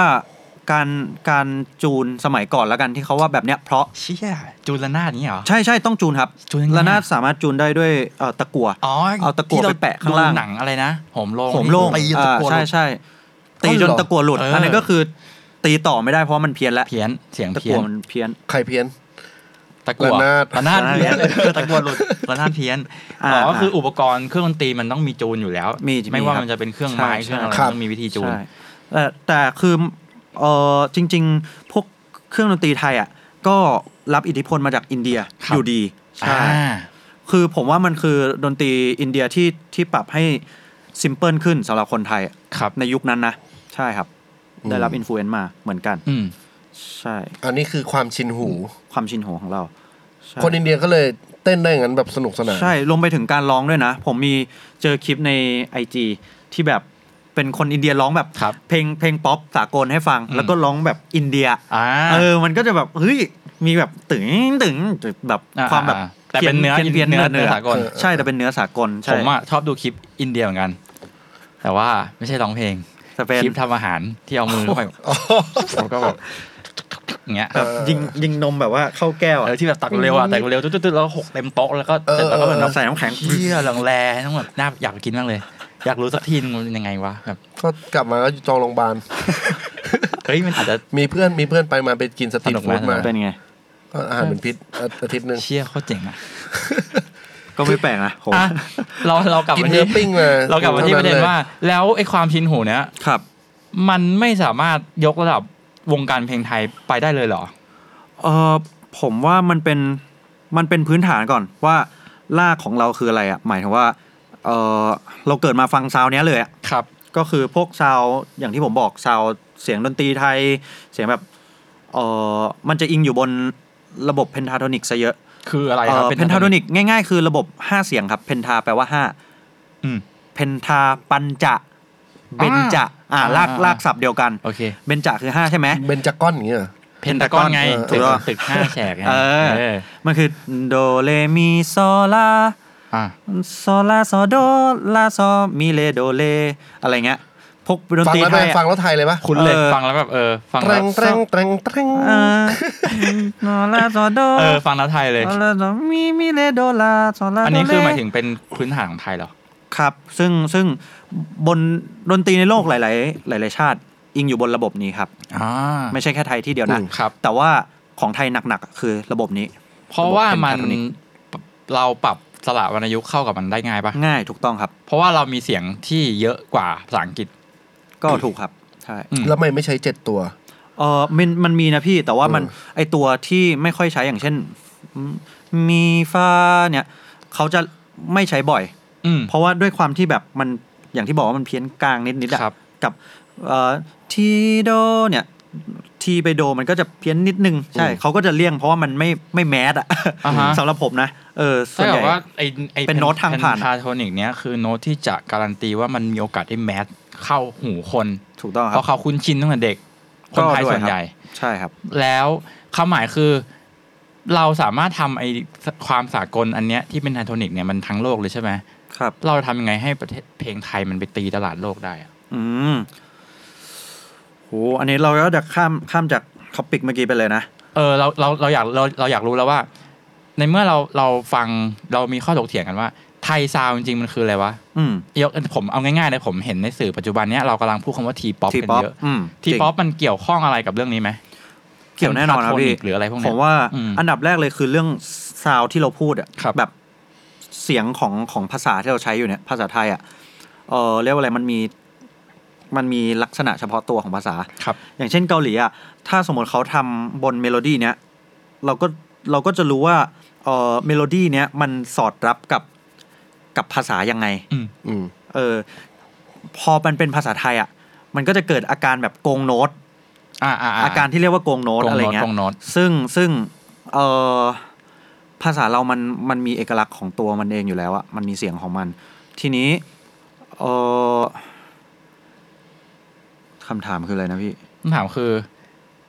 S2: การการจูนสมัยก่อนแล้วกันที่เขาว่าแบบเนี้ยเพราะ
S5: เชี่ยจูนละนาดนี้เหรอ
S2: ใช่ใช่ต้องจูนครับ
S5: จูนยังไงอะ
S2: ระนาดสามารถจูนได้ด้วยเอ่อตะกั่ว
S5: อ๋อ
S2: เอาตะกั่วไป
S5: ที่ร
S2: แปะข้างล่าง
S5: ดูหนังอะไรนะโหมโลง
S2: โผมโล่ง
S5: ตี
S2: อ่า
S5: ตะกั่ว
S2: ใช่ใช่ตีจน
S4: อ๋อเหรอ
S2: ตะกั่วหลุด
S5: เอออั
S2: อันนั้นก็คือตีต่อไม่ได้เพราะมันเพี้ยนแล้ว
S5: เพี้ยนเสียง
S2: ตะ
S5: เพี้ย
S2: กั่วน มันเพี้ยน
S4: ใครเพี้ยน
S5: ตะกั่ว
S4: ระนาด
S5: ระนาด
S2: ระนาด
S5: เพี้ยนเออตะกั่วหลุดระนาดเพี้ยน
S2: อ่า
S5: อ๋อก็คืออุปกรณ์เครื่องดนตรีมันต้องมีจูนอยู่แล้ว
S2: มี
S5: ไม่ว่า
S2: ครับ
S5: มันจะเป็นเครื่องไม้
S2: ใช่
S5: เครื่องอะไร
S4: ครับ
S5: ต้องมีวิธีจูน
S2: ใช่แต่แต่คือเออจริง ๆ พวกเครื่องดนตรีไทยอ่ะก็รับอิทธิพลมาจากอินเดีย
S5: ครับ
S2: อยู่ดี
S5: อ่
S2: ใช่ คือผมว่ามันคือดนตรีอินเดียที่ที่ปรับให้ซิมเพิลขึ้นสำหรับคนไทยอะ
S5: ครับ
S2: ในยุคนั้นนะ ใช่ครับ
S4: อืม
S2: ได้รับอิ f ฟ u e n น e มาเหมือนกัน
S5: อืม
S2: ใช่
S4: อันนี้คือความชินหู
S2: ความชินหัวของเราใช่
S4: คนอินเดียก็เลยเต้นได้อย่างนั้นแบบสนุกสนาน
S2: ใช่รวมไปถึงการร้องด้วยนะ ผมมีเจอคลิปใน IG ที่แบบเป็นคนอินเดียร้องแบบ
S5: ครับ
S2: เพลงเพลงป๊อปสากลให้ฟัง
S5: อืม
S2: แล้วก็ร้องแบบอินเดีย
S5: อ่า
S2: เออ มันก็จะแบบเฮ้ยมีแบบตึงตึงแบบความแบบ
S5: แต่เป็นเนื้อ
S2: พี้ยนๆ
S5: เนื้อ
S2: เนื้
S5: เนื้
S2: อ
S5: อ
S2: ๆ
S5: สากล
S4: เออ
S2: ใช่แต่เป็นเนื้อสากลใช่
S5: ผมอ่ะชอบดูคลิปอินเดียเหมือนกัน แต่ว่าไม่ใช่ร้องเพลง
S2: แต่เป็น
S5: คลิปทำอาหารที่เอามือเข้าไปแล้วก็แบบอย่างเงี้ย
S2: แบบยิงยิงนมแบบว่าเข้าแก้วอะ
S5: เออที่แบบตักเร็วอ่ะตักเร็วตุ๊ดๆแล้วหกเต็มโต๊ะแล้วก็เสร็จแล้วก็แบบ
S2: น้ำ
S5: น้ำ
S2: ใส่น้ำแข็ง
S5: เชี่ยหลังแลต้องแบบน่าอยากกินมากเลย อยากรู้สักทีนึงมันเป็นยังไงวะแบบ
S4: ก็กลับมาก็จองโรงพยาบาล
S5: เฮ้ยมันอาจจะ
S4: มีเพื่อนมีเพื่อนไปมาไปกินสตรีท
S5: สนุกไหม
S4: ฟู้ดมา
S2: เป็นไง
S4: ก็อาหารเป็นพิษอาทิตย์หนึ่ง
S5: เชี่ยโคตรเจ๋งอ่ะ
S2: ก็ไม่แปลกนะผม
S5: อ่ะเราเรากลับ
S4: กิน
S5: มา
S4: เนื้
S5: ที่
S4: อปิ้งมา
S5: เรากลับมาที่ประเด็น
S4: ลย
S5: ว่า แล้วไอ้ความชินหูเนี้ย
S2: ครับ
S5: มันไม่สามารถยกระดับวงการเพลงไทยไปได้เลยเหรอ
S2: เออผมว่ามันเป็นมันเป็นพื้นฐานก่อนว่าลากของเราคืออะไรอ่ะหมายถึงว่าเออเราเกิดมาฟังซาวน์เนี้ยเลยอะ
S5: ครับ
S2: ก็คือพวกซาวน์อย่างที่ผมบอกซาวน์เสียงดนตรีไทย เสียงแบบเออมันจะอิงอยู่บนระบบเพนทาโทนิกซะเยอะ
S5: คืออะไรครับ
S2: เพนทาโทนิกง่ายๆ คือระบบ 5 เสียงครับเพนทาแปลว่า 5
S5: อืม
S2: เพนทาปัญจะเบนจะอ่า
S5: อ่า
S2: ลาก
S5: อ่า
S2: ลากศัพท์เดียวกัน
S5: โอเค
S2: เบนจะคือห้าใช่ไหม
S4: เบนจากก้อนอย่างเงี้ยเหรอ
S5: เพนตากอนไง
S2: เออถู
S5: ตึ
S2: ก
S5: ก
S2: ต้อง
S5: ตึกห้าแฉกไง
S2: เออ
S5: เออ
S2: มันคือโดเรมีโซลา
S5: อ่ะ
S2: โซลาโซโดลาโซมีเลโดเลอะไรเงี้ยพวกดน
S4: ฟัง
S2: ตรี
S4: แล้ว
S2: ไท
S4: ไป
S2: ยอะ
S4: ฟังแล้วไทยเลยปะ
S5: คุณเลย
S2: เออ
S5: ฟังแล้วแบบเออฟัง
S4: แต
S5: แล้
S4: ร
S5: ว
S4: งแตรงแตรงแตรง
S2: เออโซลาโซโด
S5: เออฟังแล้วไทยเลย
S2: โซลาโซมีมีเลโดลาโซลาโดเล
S5: อันนี้คือหมายถึงเป็นพื้นฐานของไทยเหรอ
S2: ครับ ซึ่งซึ่งบนดนตรีในโลกหลาย ๆ หลาย ๆ ชาติ อิงอยู่บนระบบนี้ครับ
S5: อ่า
S2: ไม่ใช่แค่ไทยที่เดียวนะครับ แต่ว่าของไทยหนัก ๆ คือระบบนี้
S5: เพราะว่ามัน
S2: เป็น pentatonic
S5: เราปรับสระวรรณยุกต์เข้ากับมันได้ง่ายปะ
S2: ง่ายถูกต้องครับ
S5: เพราะว่าเรามีเสียงที่เยอะกว่าภาษาอังกฤษ
S2: ก็ถูกครับ ใช่
S5: อืม
S4: แล้วทำไมไม่ใช้เจ็ดตัว
S2: เออมันมันมีนะพี่แต่ว่ามัน
S4: เออ
S2: ไอตัวที่ไม่ค่อยใช้อย่างเช่นอืมมีฟ้าเนี่ยเขาจะไม่ใช้บ่อย
S5: อืม
S2: เพราะว่าด้วยความที่แบบมันอย่างที่บอกว่ามันเพี้ยนกลางนิดนิดๆอะ
S5: ครับ
S2: กับเอ่อทีโดเนี่ยทีไปโดมันก็จะเพี้ยนนิดนึง ใช่เขาก็จะเลี่ยงเพราะว่ามันไม่ไม่แมสอะ
S5: อ่าฮะ
S2: สำหรับผมนะเออส่ว
S5: ถ้าน
S2: ให
S5: เกิ
S2: ญ่
S5: ดว่าไอไอ
S2: เป็นโน้ตทางผ่าน
S5: คาโทนิกเนี้ยคือโน้ตที่จะการันตีว่ามันมีโอกาสได้แมสเข้าหูคน
S2: ถูกต้องค
S5: เพ
S2: รับ
S5: ราะเขาคุ้นชินตั้งแต่เด็ก คนไทย
S2: ก็ด้วยครับ
S5: ส่วนใหญ่
S2: ใช่ครับ
S5: แล้วความหมายคือ เราสามารถทำไอความสากลอันเนี้ยที่เป็นไทโทนิกเนี่ยมันทั้งโลกเลยใช่ไหม
S2: ครับ
S5: เราทำยังไงให้ประเทศเพลงไทยมันไปตีตลาดโลกได้อะ
S2: อืมโหอันนี้เราก็จะข้ามข้ามจากท็อปิกเมื่อกี้ไปเลยนะ
S5: เออเราเราเราอยากเราเราอยากรู้แล้วว่า ในเมื่อเราเราฟังเรามีข้อถกเถียงกันว่า ไทยซาวด์จริงๆมันคืออะไรวะ
S2: อืม
S5: ยกผมเอาง่ายๆเลยผมเห็นในสื่อปัจจุบันเนี้ยเรากำลังพูดคำว่าทีป๊อป
S2: ที
S5: กัน
S2: ป๊อป
S5: เยอะ
S2: อืม
S5: ที
S2: จริง
S5: ป๊อปมันเกี่ยวข้องอะไรกับเรื่องนี้ไหม
S2: เกี่ยวแน่นอนครับพี่
S5: หรืออะไรพวกเนี้ย
S2: ผมว่า
S5: อืม
S2: อันดับแรกเลยคือเรื่องซาวด์ที่เราพูดอะ
S5: ครับ
S2: แบบเสียงของของภาษาที่เราใช้อยู่เนี่ย ภาษาไทยอะเออเรียกว่าอะไรมันมีมันมีลักษณะเฉพาะตัวของภาษา
S5: ครับ
S2: อย่างเช่นเกาหลีอ่ะ ถ้าสมมติเขาทำบนเมโลดี้เนี้ย เราก็เราก็จะรู้ว่าเออเมโลดี้เนี้ยมันสอดรับกับกับภาษายังไง
S4: อืม
S2: เออ พอมันเป็นภาษาไทยอ่ะ มันก็จะเกิดอาการแบบโกงโน้ต
S5: อ่าอ่า
S2: อาการที่เรียกว่าโกงโน้ต
S5: โกง
S2: อะไร
S5: โน้ต
S2: เงี้ย
S5: โกงโน้ต
S2: ซึ่งซึ่งเออภาษาเรามันมันมีเอกลักษณ์ของตัวมันเองอยู่แล้วอะมันมีเสียงของมัน ทีนี้เออคำถามคืออะไรนะพี่
S5: คำถามคือ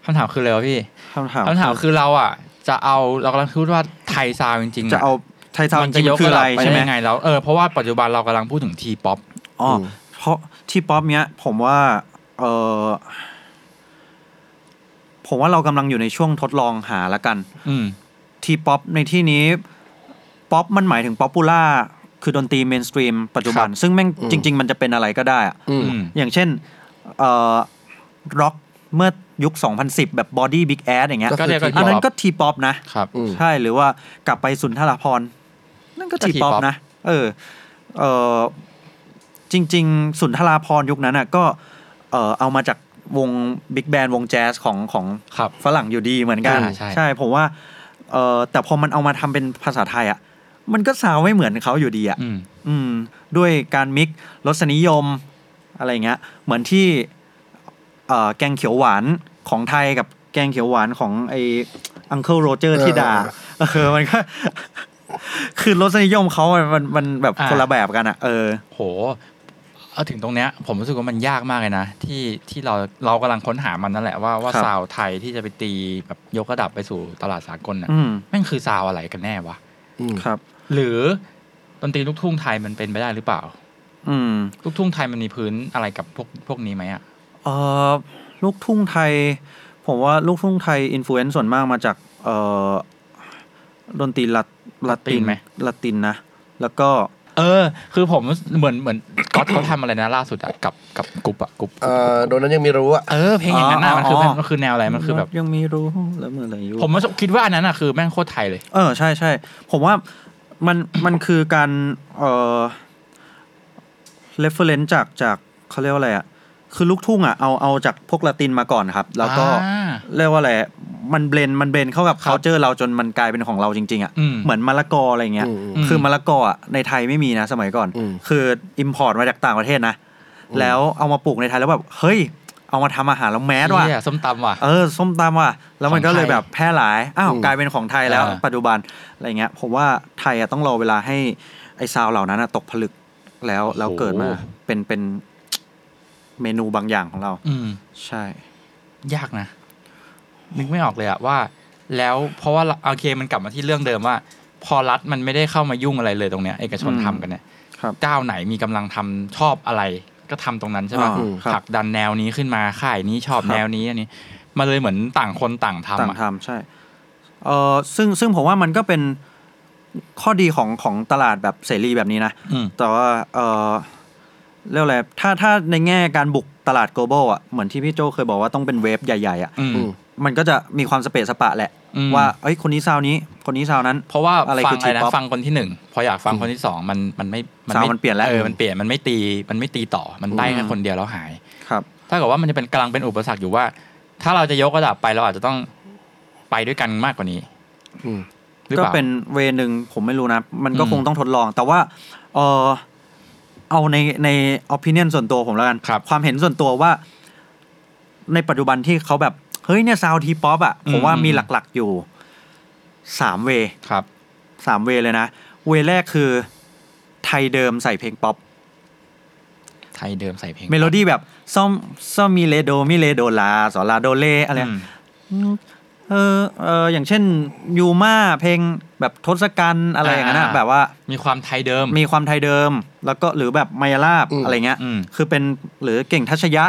S5: คำถามคืออะไรวะพี่
S2: คำถาม
S5: คำถามคือเราอ่ะ จะเอาเรากำลังพูดว่าไทยซาวด์จริงๆ
S2: จะเอาไทยซาวด์
S5: มัน
S2: จ
S5: จะ
S2: ริง
S5: ยก
S2: ๆคืออะไร
S5: ระดับป
S2: ใช่ไหม
S5: ด้ยังไงแล้วเออเพราะว่าปัจจุบันเรากำลังพูดถึงทีป๊อป
S2: อ๋ออ
S4: ม
S2: เพราะที่ป๊อปเนี้ย ผมว่าเออผมว่าเรากำลังอยู่ในช่วงทดลองหาละกัน
S5: อืม
S2: ทีป๊อปในที่นี้ป๊อปมันหมายถึงป๊อปปูล่าคือดนตรีเมนสตรีมปัจจุบัน
S5: ครับ
S2: ซึ่งแม่ง
S4: อืม
S2: จริง ๆ มันจะเป็นอะไรก็ได้อะ
S4: อืม
S5: อืม
S2: อย่างเช่นเอ่อร็อกเมื่อยุค 2010 แบบบอดี้บิ๊กแอดอย่างเงี้ย
S5: ก็เรียกว่า
S2: อันนั้
S5: T-pop
S2: นก็ทีป๊อปนะ
S5: ครับ
S4: อืม
S2: ใช่หรือว่ากลับไปสุนทรภรณ์นั่นก็
S5: ก็
S2: ทีป๊อป
S5: T-pop
S2: นะ เออเออจริง ๆ สุนทราภรณ์ยุคนั้นอ่ะก็เออเอามาจากวงบิ๊กแบนวงแจ๊สของของ
S5: ครับ
S2: ฝรั่งอยู่ดีเหมือนกัน
S5: อ่าใช่
S2: ผมว่าเออแต่พอมันเอามาทำเป็นภาษาไทยอ่ะ มันก็ซาวไม่เหมือนเขาอยู่ดีอ่ะ
S5: อืม
S2: อืม ด้วยการมิกซ์รสนิยมอะไรเงี้ย เหมือนที่เออแกงเขียวหวานของไทยกับแกงเขียวหวานของไออังเคิลโรเจอร์ที่ด่าเออมันก็ คือรสนิยมเขาอะมันมันแบบ
S5: อ่า
S2: คนละแบบกันอ่ะ เออ
S5: โหเอาถึงตรงเนี้ย ผมรู้สึกว่ามันยากมากเลยนะ ที่ที่เราเรากำลังค้นหามันนั่นแหละว่าว่า
S2: ครับ
S5: ซาวด์ไทยที่จะไปตีแบบยกระดับไปสู่ตลาดสากลน่ะ
S2: อืม
S5: แม่งคือซาวด์อะไรกันแน่วะ
S4: อืม
S2: ครับ
S5: หรือดนตรีลูกทุ่งไทยมันเป็นไปได้หรือเปล่า
S2: อืม
S5: ลูกทุ่งไทยมันมีพื้นอะไรกับพวกพวกนี้ไหมอ่ะ
S2: เอ่อลูกทุ่งไทย ผมว่าลูกทุ่งไทยอินฟลูเอนซ์ส่วนมากมาจากเอ่อดนตรีละละติน
S5: ไหม
S2: ละตินนะ แล้วก็
S5: เออ คือผมเหมือนเหมือนก๊อตเขาทำอะไรนะล่าสุดอะกับกับกรุ๊ปอะกรุ๊ป
S4: เอ่อโดนนั้นยังไม่รู้อะ
S5: เออเพลงอย่างนั้นน่ะ
S2: อ๋
S5: มัน
S2: อ
S5: คือ
S2: อ๋อ
S5: มันคือแนวอะไรมันคือแบบ
S2: ยังมีรู้แล้วเมื่อไหร่อยู่
S5: ผมว่าคิดว่าอันนั้นอะคือแม่งโคตรไทยเลย
S2: เออใช่ใช่ผมว่ามันมันคือการเอ่อ reference จากจากเขาเรียกว่าอะไรอ่ะ คือลูกทุ่งอ่ะเอาเอาจากพวกละตินมาก่อนครับ แล้วก็
S5: อ่า
S2: เรียกว่าอะไรมันเบลนมันเบลนเข้ากับ
S5: ครับ
S2: culture เราจนมันกลายเป็นของเราจริง ๆ อ่ะ
S5: อืม
S2: เหมือนมะละกออะไรอย่างเงี้ย
S4: อืม
S5: อืม
S2: คือมะละกออ่ะในไทยไม่มีนะสมัยก่อน
S4: อืม
S2: คืออิมพอร์ตมาจากต่างประเทศนะ แล้วเอามาปลูกในไทยแล้วแบบ เฮ้ย เอามาทำอาหารแล้วแมสว่ะ
S5: เหี้ยส้มตำว่ะ
S2: เออ ส้มตำว่ะ แล้วมันก็เลยแบบแพร่หลาย อ้าว
S4: อืม
S2: กลายเป็นของไทยแล้ว
S5: อ่า
S2: ปัจจุบัน อะไรเงี้ยผมว่าไทยอ่ะต้องรอเวลาให้ไอ้ซาวเหล่านั้นอะตกผลึกแล้วแล้วเกิดมาเป็นเป็นเมนูบางอย่างของเรา
S5: อืม
S2: ใช่
S5: ยากนะ นึกไม่ออกเลยอะว่า แล้วเพราะว่าเราโอเคมันกลับมาที่เรื่องเดิมว่า พอรัฐมันไม่ได้เข้ามายุ่งอะไรเลยตรงเนี้ยเอกชน
S2: อืม
S5: ทำกันเนี่ย
S2: ครับ
S5: เจ้าไหนมีกำลังทำชอบอะไร ก็ทำตรงนั้นใช่ป่ะ
S2: อ่าครับ
S5: ผลักดันแนวนี้ขึ้นมาค่ายนี้ชอบ
S2: ครับ
S5: แนวนี้อันนี้มาเลยเหมือนต่างคนต่างทำ
S2: ต่าง
S5: อะ
S2: ทำใช่ เออซึ่งซึ่งผมว่ามันก็เป็นข้อดีของของตลาดแบบเสรีแบบนี้นะ
S5: อืม
S2: แต่ว่า เออเรียกอะไร ถ้าถ้าในแง่การบุกตลาด global อ่ะ เหมือนที่พี่โจเคยบอกว่าต้องเป็นเวฟใหญ่ ๆ อ่ะ
S5: อืม
S4: อืม
S2: มันก็จะมีความสเปซสปะแหละ
S5: อืม
S2: ว่า เอ้ย คนนี้ซาวนี้ คนนี้ซาวนั้น
S5: เพราะว่า
S2: อะไร
S5: ฟัง
S2: คือ
S5: อะไรนะ
S2: T-pop
S5: ฟังคนที่หนึ่งพออยากฟังคนที่สองมันมันไม่
S2: ซาวด์มันเปลี่ยนแล้ว
S5: เออมันเปลี่ยนมันไม่ตีมันไม่ตีต่อมันได้แค่คนเดียวแล้วหาย
S2: ครับ
S5: ถ้าเกิดว่ามันจะเป็นกำลังเป็นอุปสรรคอยู่ว่า ถ้าเราจะยกระดับไปเราอาจจะต้องไปด้วยกันมากกว่านี้
S4: อืม
S5: หรือ
S2: ก็
S5: เปล่า
S2: เป็นเวนึงผมไม่รู้นะ มันก็
S5: อืม
S2: คงต้องทดลอง แต่ว่าเออเอาในในอภินิยนส่วนตัวผมแล้วกัน
S5: ครับ
S2: ความเห็นส่วนตัวว่า ในปัจจุบันที่เขาแบบ เฮ้ยเนี่ยซาวทีป๊อปอ่ะผมว่ามีหลักๆอยู่สามเว
S5: ครับ
S2: สามเวเลยนะ เวแรกคือ ไทยเดิมใส่เพลงป๊อป
S5: ไทยเดิมใส่เพลง
S2: เมโลดี้แบบซ่อมซ่อมมีเลโดมีเลโดลาสอลาโดเลอะไร
S5: อืม
S2: เออเอออย่างเช่นยูมาเพลงแบบทศกัณฐ์อะไรอย่างนั้นนะ
S5: อ่า
S2: แบบว่า
S5: มีความไทยเดิม
S2: มีความไทยเดิม แล้วก็หรือแบบมายาลาบ
S4: อืม
S2: อะไรเงี้ย
S5: อืม
S2: คือเป็นหรือเก่งทัชยะ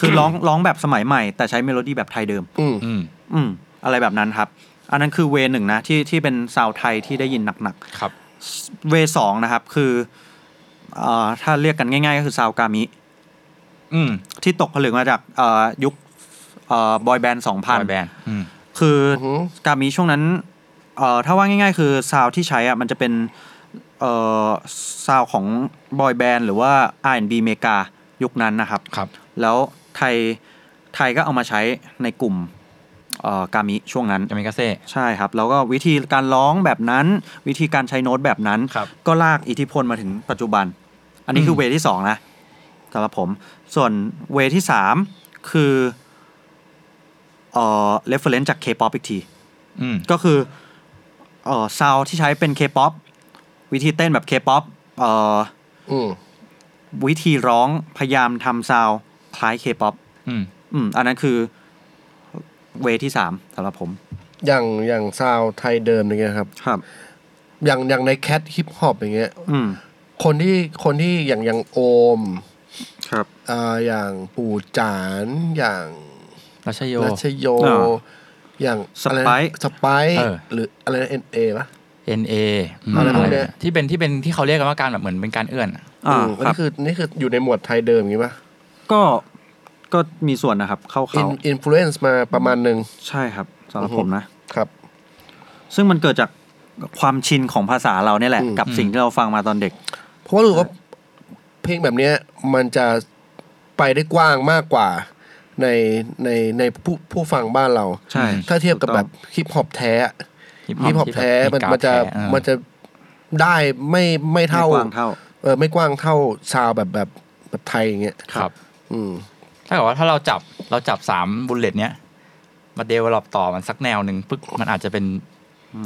S2: คือร้องร้องแบบสมัยใหม่ แต่ใช้เมโลดี้แบบไทยเดิม
S4: อืม
S5: อืม
S2: อืม อะไรแบบนั้นครับ อันนั้นคือเวหนึ่งนะที่ที่เป็นซาวด์ไทยที่ได้ยินหนัก
S5: ครับ
S2: ๆ เวสองนะครับ คือเอ่อถ้าเรียกกันง่าย ๆ ก็คือซาวด์กามิ
S5: อืม
S2: ที่ตกผลึกมาจากเอ่อยุคบอยแบนด์สองพัน
S5: บอยแบนด์อืม
S2: คืออ
S4: อหือ
S2: การมีช่วงนั้นเอ่อถ้าว่าง่าย ๆ คือซาวด์ที่ใช้อ่ะมันจะเป็นเอ่อซาวด์ของบอยแบนด์หรือว่า R&B เมกายุคนั้นนะครับ
S5: ครับ
S2: แล้วไทยไทยก็เอามาใช้ในกลุ่มเอ่อกามิช่วงนั้น
S5: กามิกาเซ่
S2: ใช่ครับ แล้วก็วิธีการร้องแบบนั้น วิธีการใช้โน้ตแบบนั้น
S5: ครับ
S2: ก็ลากอิทธิพลมาถึงปัจจุบัน อันนี้คือ
S5: ม
S2: เวที่สองนะสำหรับผม ส่วนเวที่สามคือเอ่อเรฟเฟรนซ์จาก K-POP อีกที
S5: อืม
S2: ก็คือเอ่อซาวที่ใช้เป็น K-POP วิธีเต้นแบบ K-POP เอ่อ
S4: อืม
S2: วิธีร้องพยายามทำซาวคล้าย K-POP
S5: อืม
S2: อืมอันนั้นคือเวที่สามสำหรับผม
S4: อย่างอย่างซาวไทยเดิมอย่างเงี้ยครับ
S2: ครับ
S4: อย่างอย่างในแคทฮิปฮอปอย่างเงี้ย
S2: อืม
S4: คนที่คนที่อย่างอย่างโอม
S2: ครับ
S4: เอ่ออย่างปู่จานอย่าง
S5: รัชโย
S4: รัชโย
S2: อ่า
S4: อย่างอะไรนะ
S2: สไปซ์
S4: สไปซ์
S5: เออ
S4: หรืออะไรเอ็นเอปะ
S5: NA อืม
S4: อะไรพวกเนี้ย
S5: ที่เป็นที่เป็นที่เขาเรียกกันว่าการแบบเหมือนเป็นการเอื้อนอะ
S2: อ่า
S4: อืมอัน
S2: ครับ
S4: นี้คือนี่คืออยู่ในหมวดไทยเดิมอย่างงี้ปะ
S2: ก็ก็มีส่วนนะครับ เข้า
S4: อิ
S2: เขา
S4: นอินฟลูเอนซ์มาประมาณหนึ่ง
S2: ใช่ครับสำหรับผมนะ
S4: ครับ
S2: ซึ่งมันเกิดจากความชินของภาษาเราเนี่ยแหละ
S4: อืม
S2: กับสิ่งที่เราฟังมาตอนเด็ก
S4: เพราะว่ารู้ว่าเพลงแบบเนี้ยมันจะไปได้กว้างมากกว่าในในในผู้ผู้ฟังบ้านเรา
S2: ใช่
S4: ถ้าเทียบกับ
S2: ถูกต้
S4: แบ
S2: อง
S4: บฮิปฮอปแท้อะ
S5: ฮิป
S4: ฮิปฮอป
S5: ที่บบ
S4: แท้มัน
S5: กาว
S4: มันจะ
S5: แท้เออ
S4: มันจะได้ไม่ไม่เท่า
S2: ไม่กว้างเท่า
S4: เออไม่กว้างเท่าซาวแบบแบบแบบไทยอย่างเงี้ย
S5: ครับ
S4: อืม
S5: ถ้าเกิดว่าถ้าเราจับเราจับสามบุลเลตเนี้ยมาเดเวลลอปต่อมันสักแนวหนึ่งปึ๊กมันอาจจะเป็น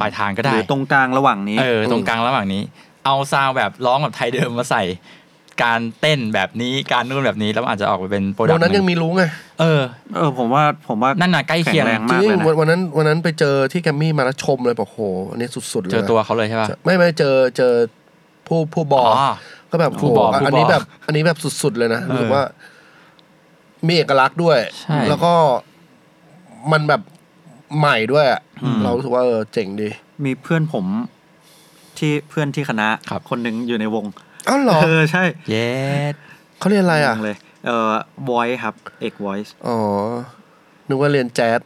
S5: ปลายทางก็
S2: ห
S5: ได้
S2: รือตรงกลางระหว่างนี้
S5: เออตรงกลางระหว่างนี้ เอาซาวด์แบบร้องแบบไทยเดิมมาใส่ การเต้นแบบนี้การนู่นแบบนี้แล้วมันอาจจะออกไปเป็นโปรดั
S4: วั
S5: ก
S4: น
S5: ต์
S4: นั้นยังมีรู้ไง
S5: เออ
S2: เออ ผมว่าผมว่า
S5: นั่นน่ะใกล้เคียง
S2: แข็แรง
S4: จ
S2: มาก
S4: ริ
S2: เลย
S4: ง
S2: นะ
S4: วันวันนั้นวันนั้นไปเจอที่แกรมมี่มาแล้วชมเลยบอกโหอันนี้สุดๆเลย
S5: เจอตัวเขาเลยใช่ป่ะ
S4: เจอไม่ไม่เจอเจอผู้ผู้บอ
S5: อ๋อ
S4: ก็แบบ
S5: ผู้
S4: โห
S5: บอผู้
S4: อัน
S5: บอ
S4: นี้แบบ อันนี้แบบสุดๆเลยนะรู้สึกว่า มีเอกลักษณ์ด้วย
S5: ใช่
S4: แล้วก็มันแบบใหม่ด้วยอะเรารู้สึกว่าเออเจ๋งดี
S2: มีเพื่อนผมที่เพื่อนที่คณะ
S5: ครับ
S2: คนหนึ่งอยู่ในวง
S4: เอ้าวเหรอ
S2: เออ ใช่
S5: เย็ด
S4: เขาเรียนอะไรอ่ะ
S2: วงเลยเออ voice ครับเอก voice
S4: อ๋อ นึกว่าเรียนแจ๊ส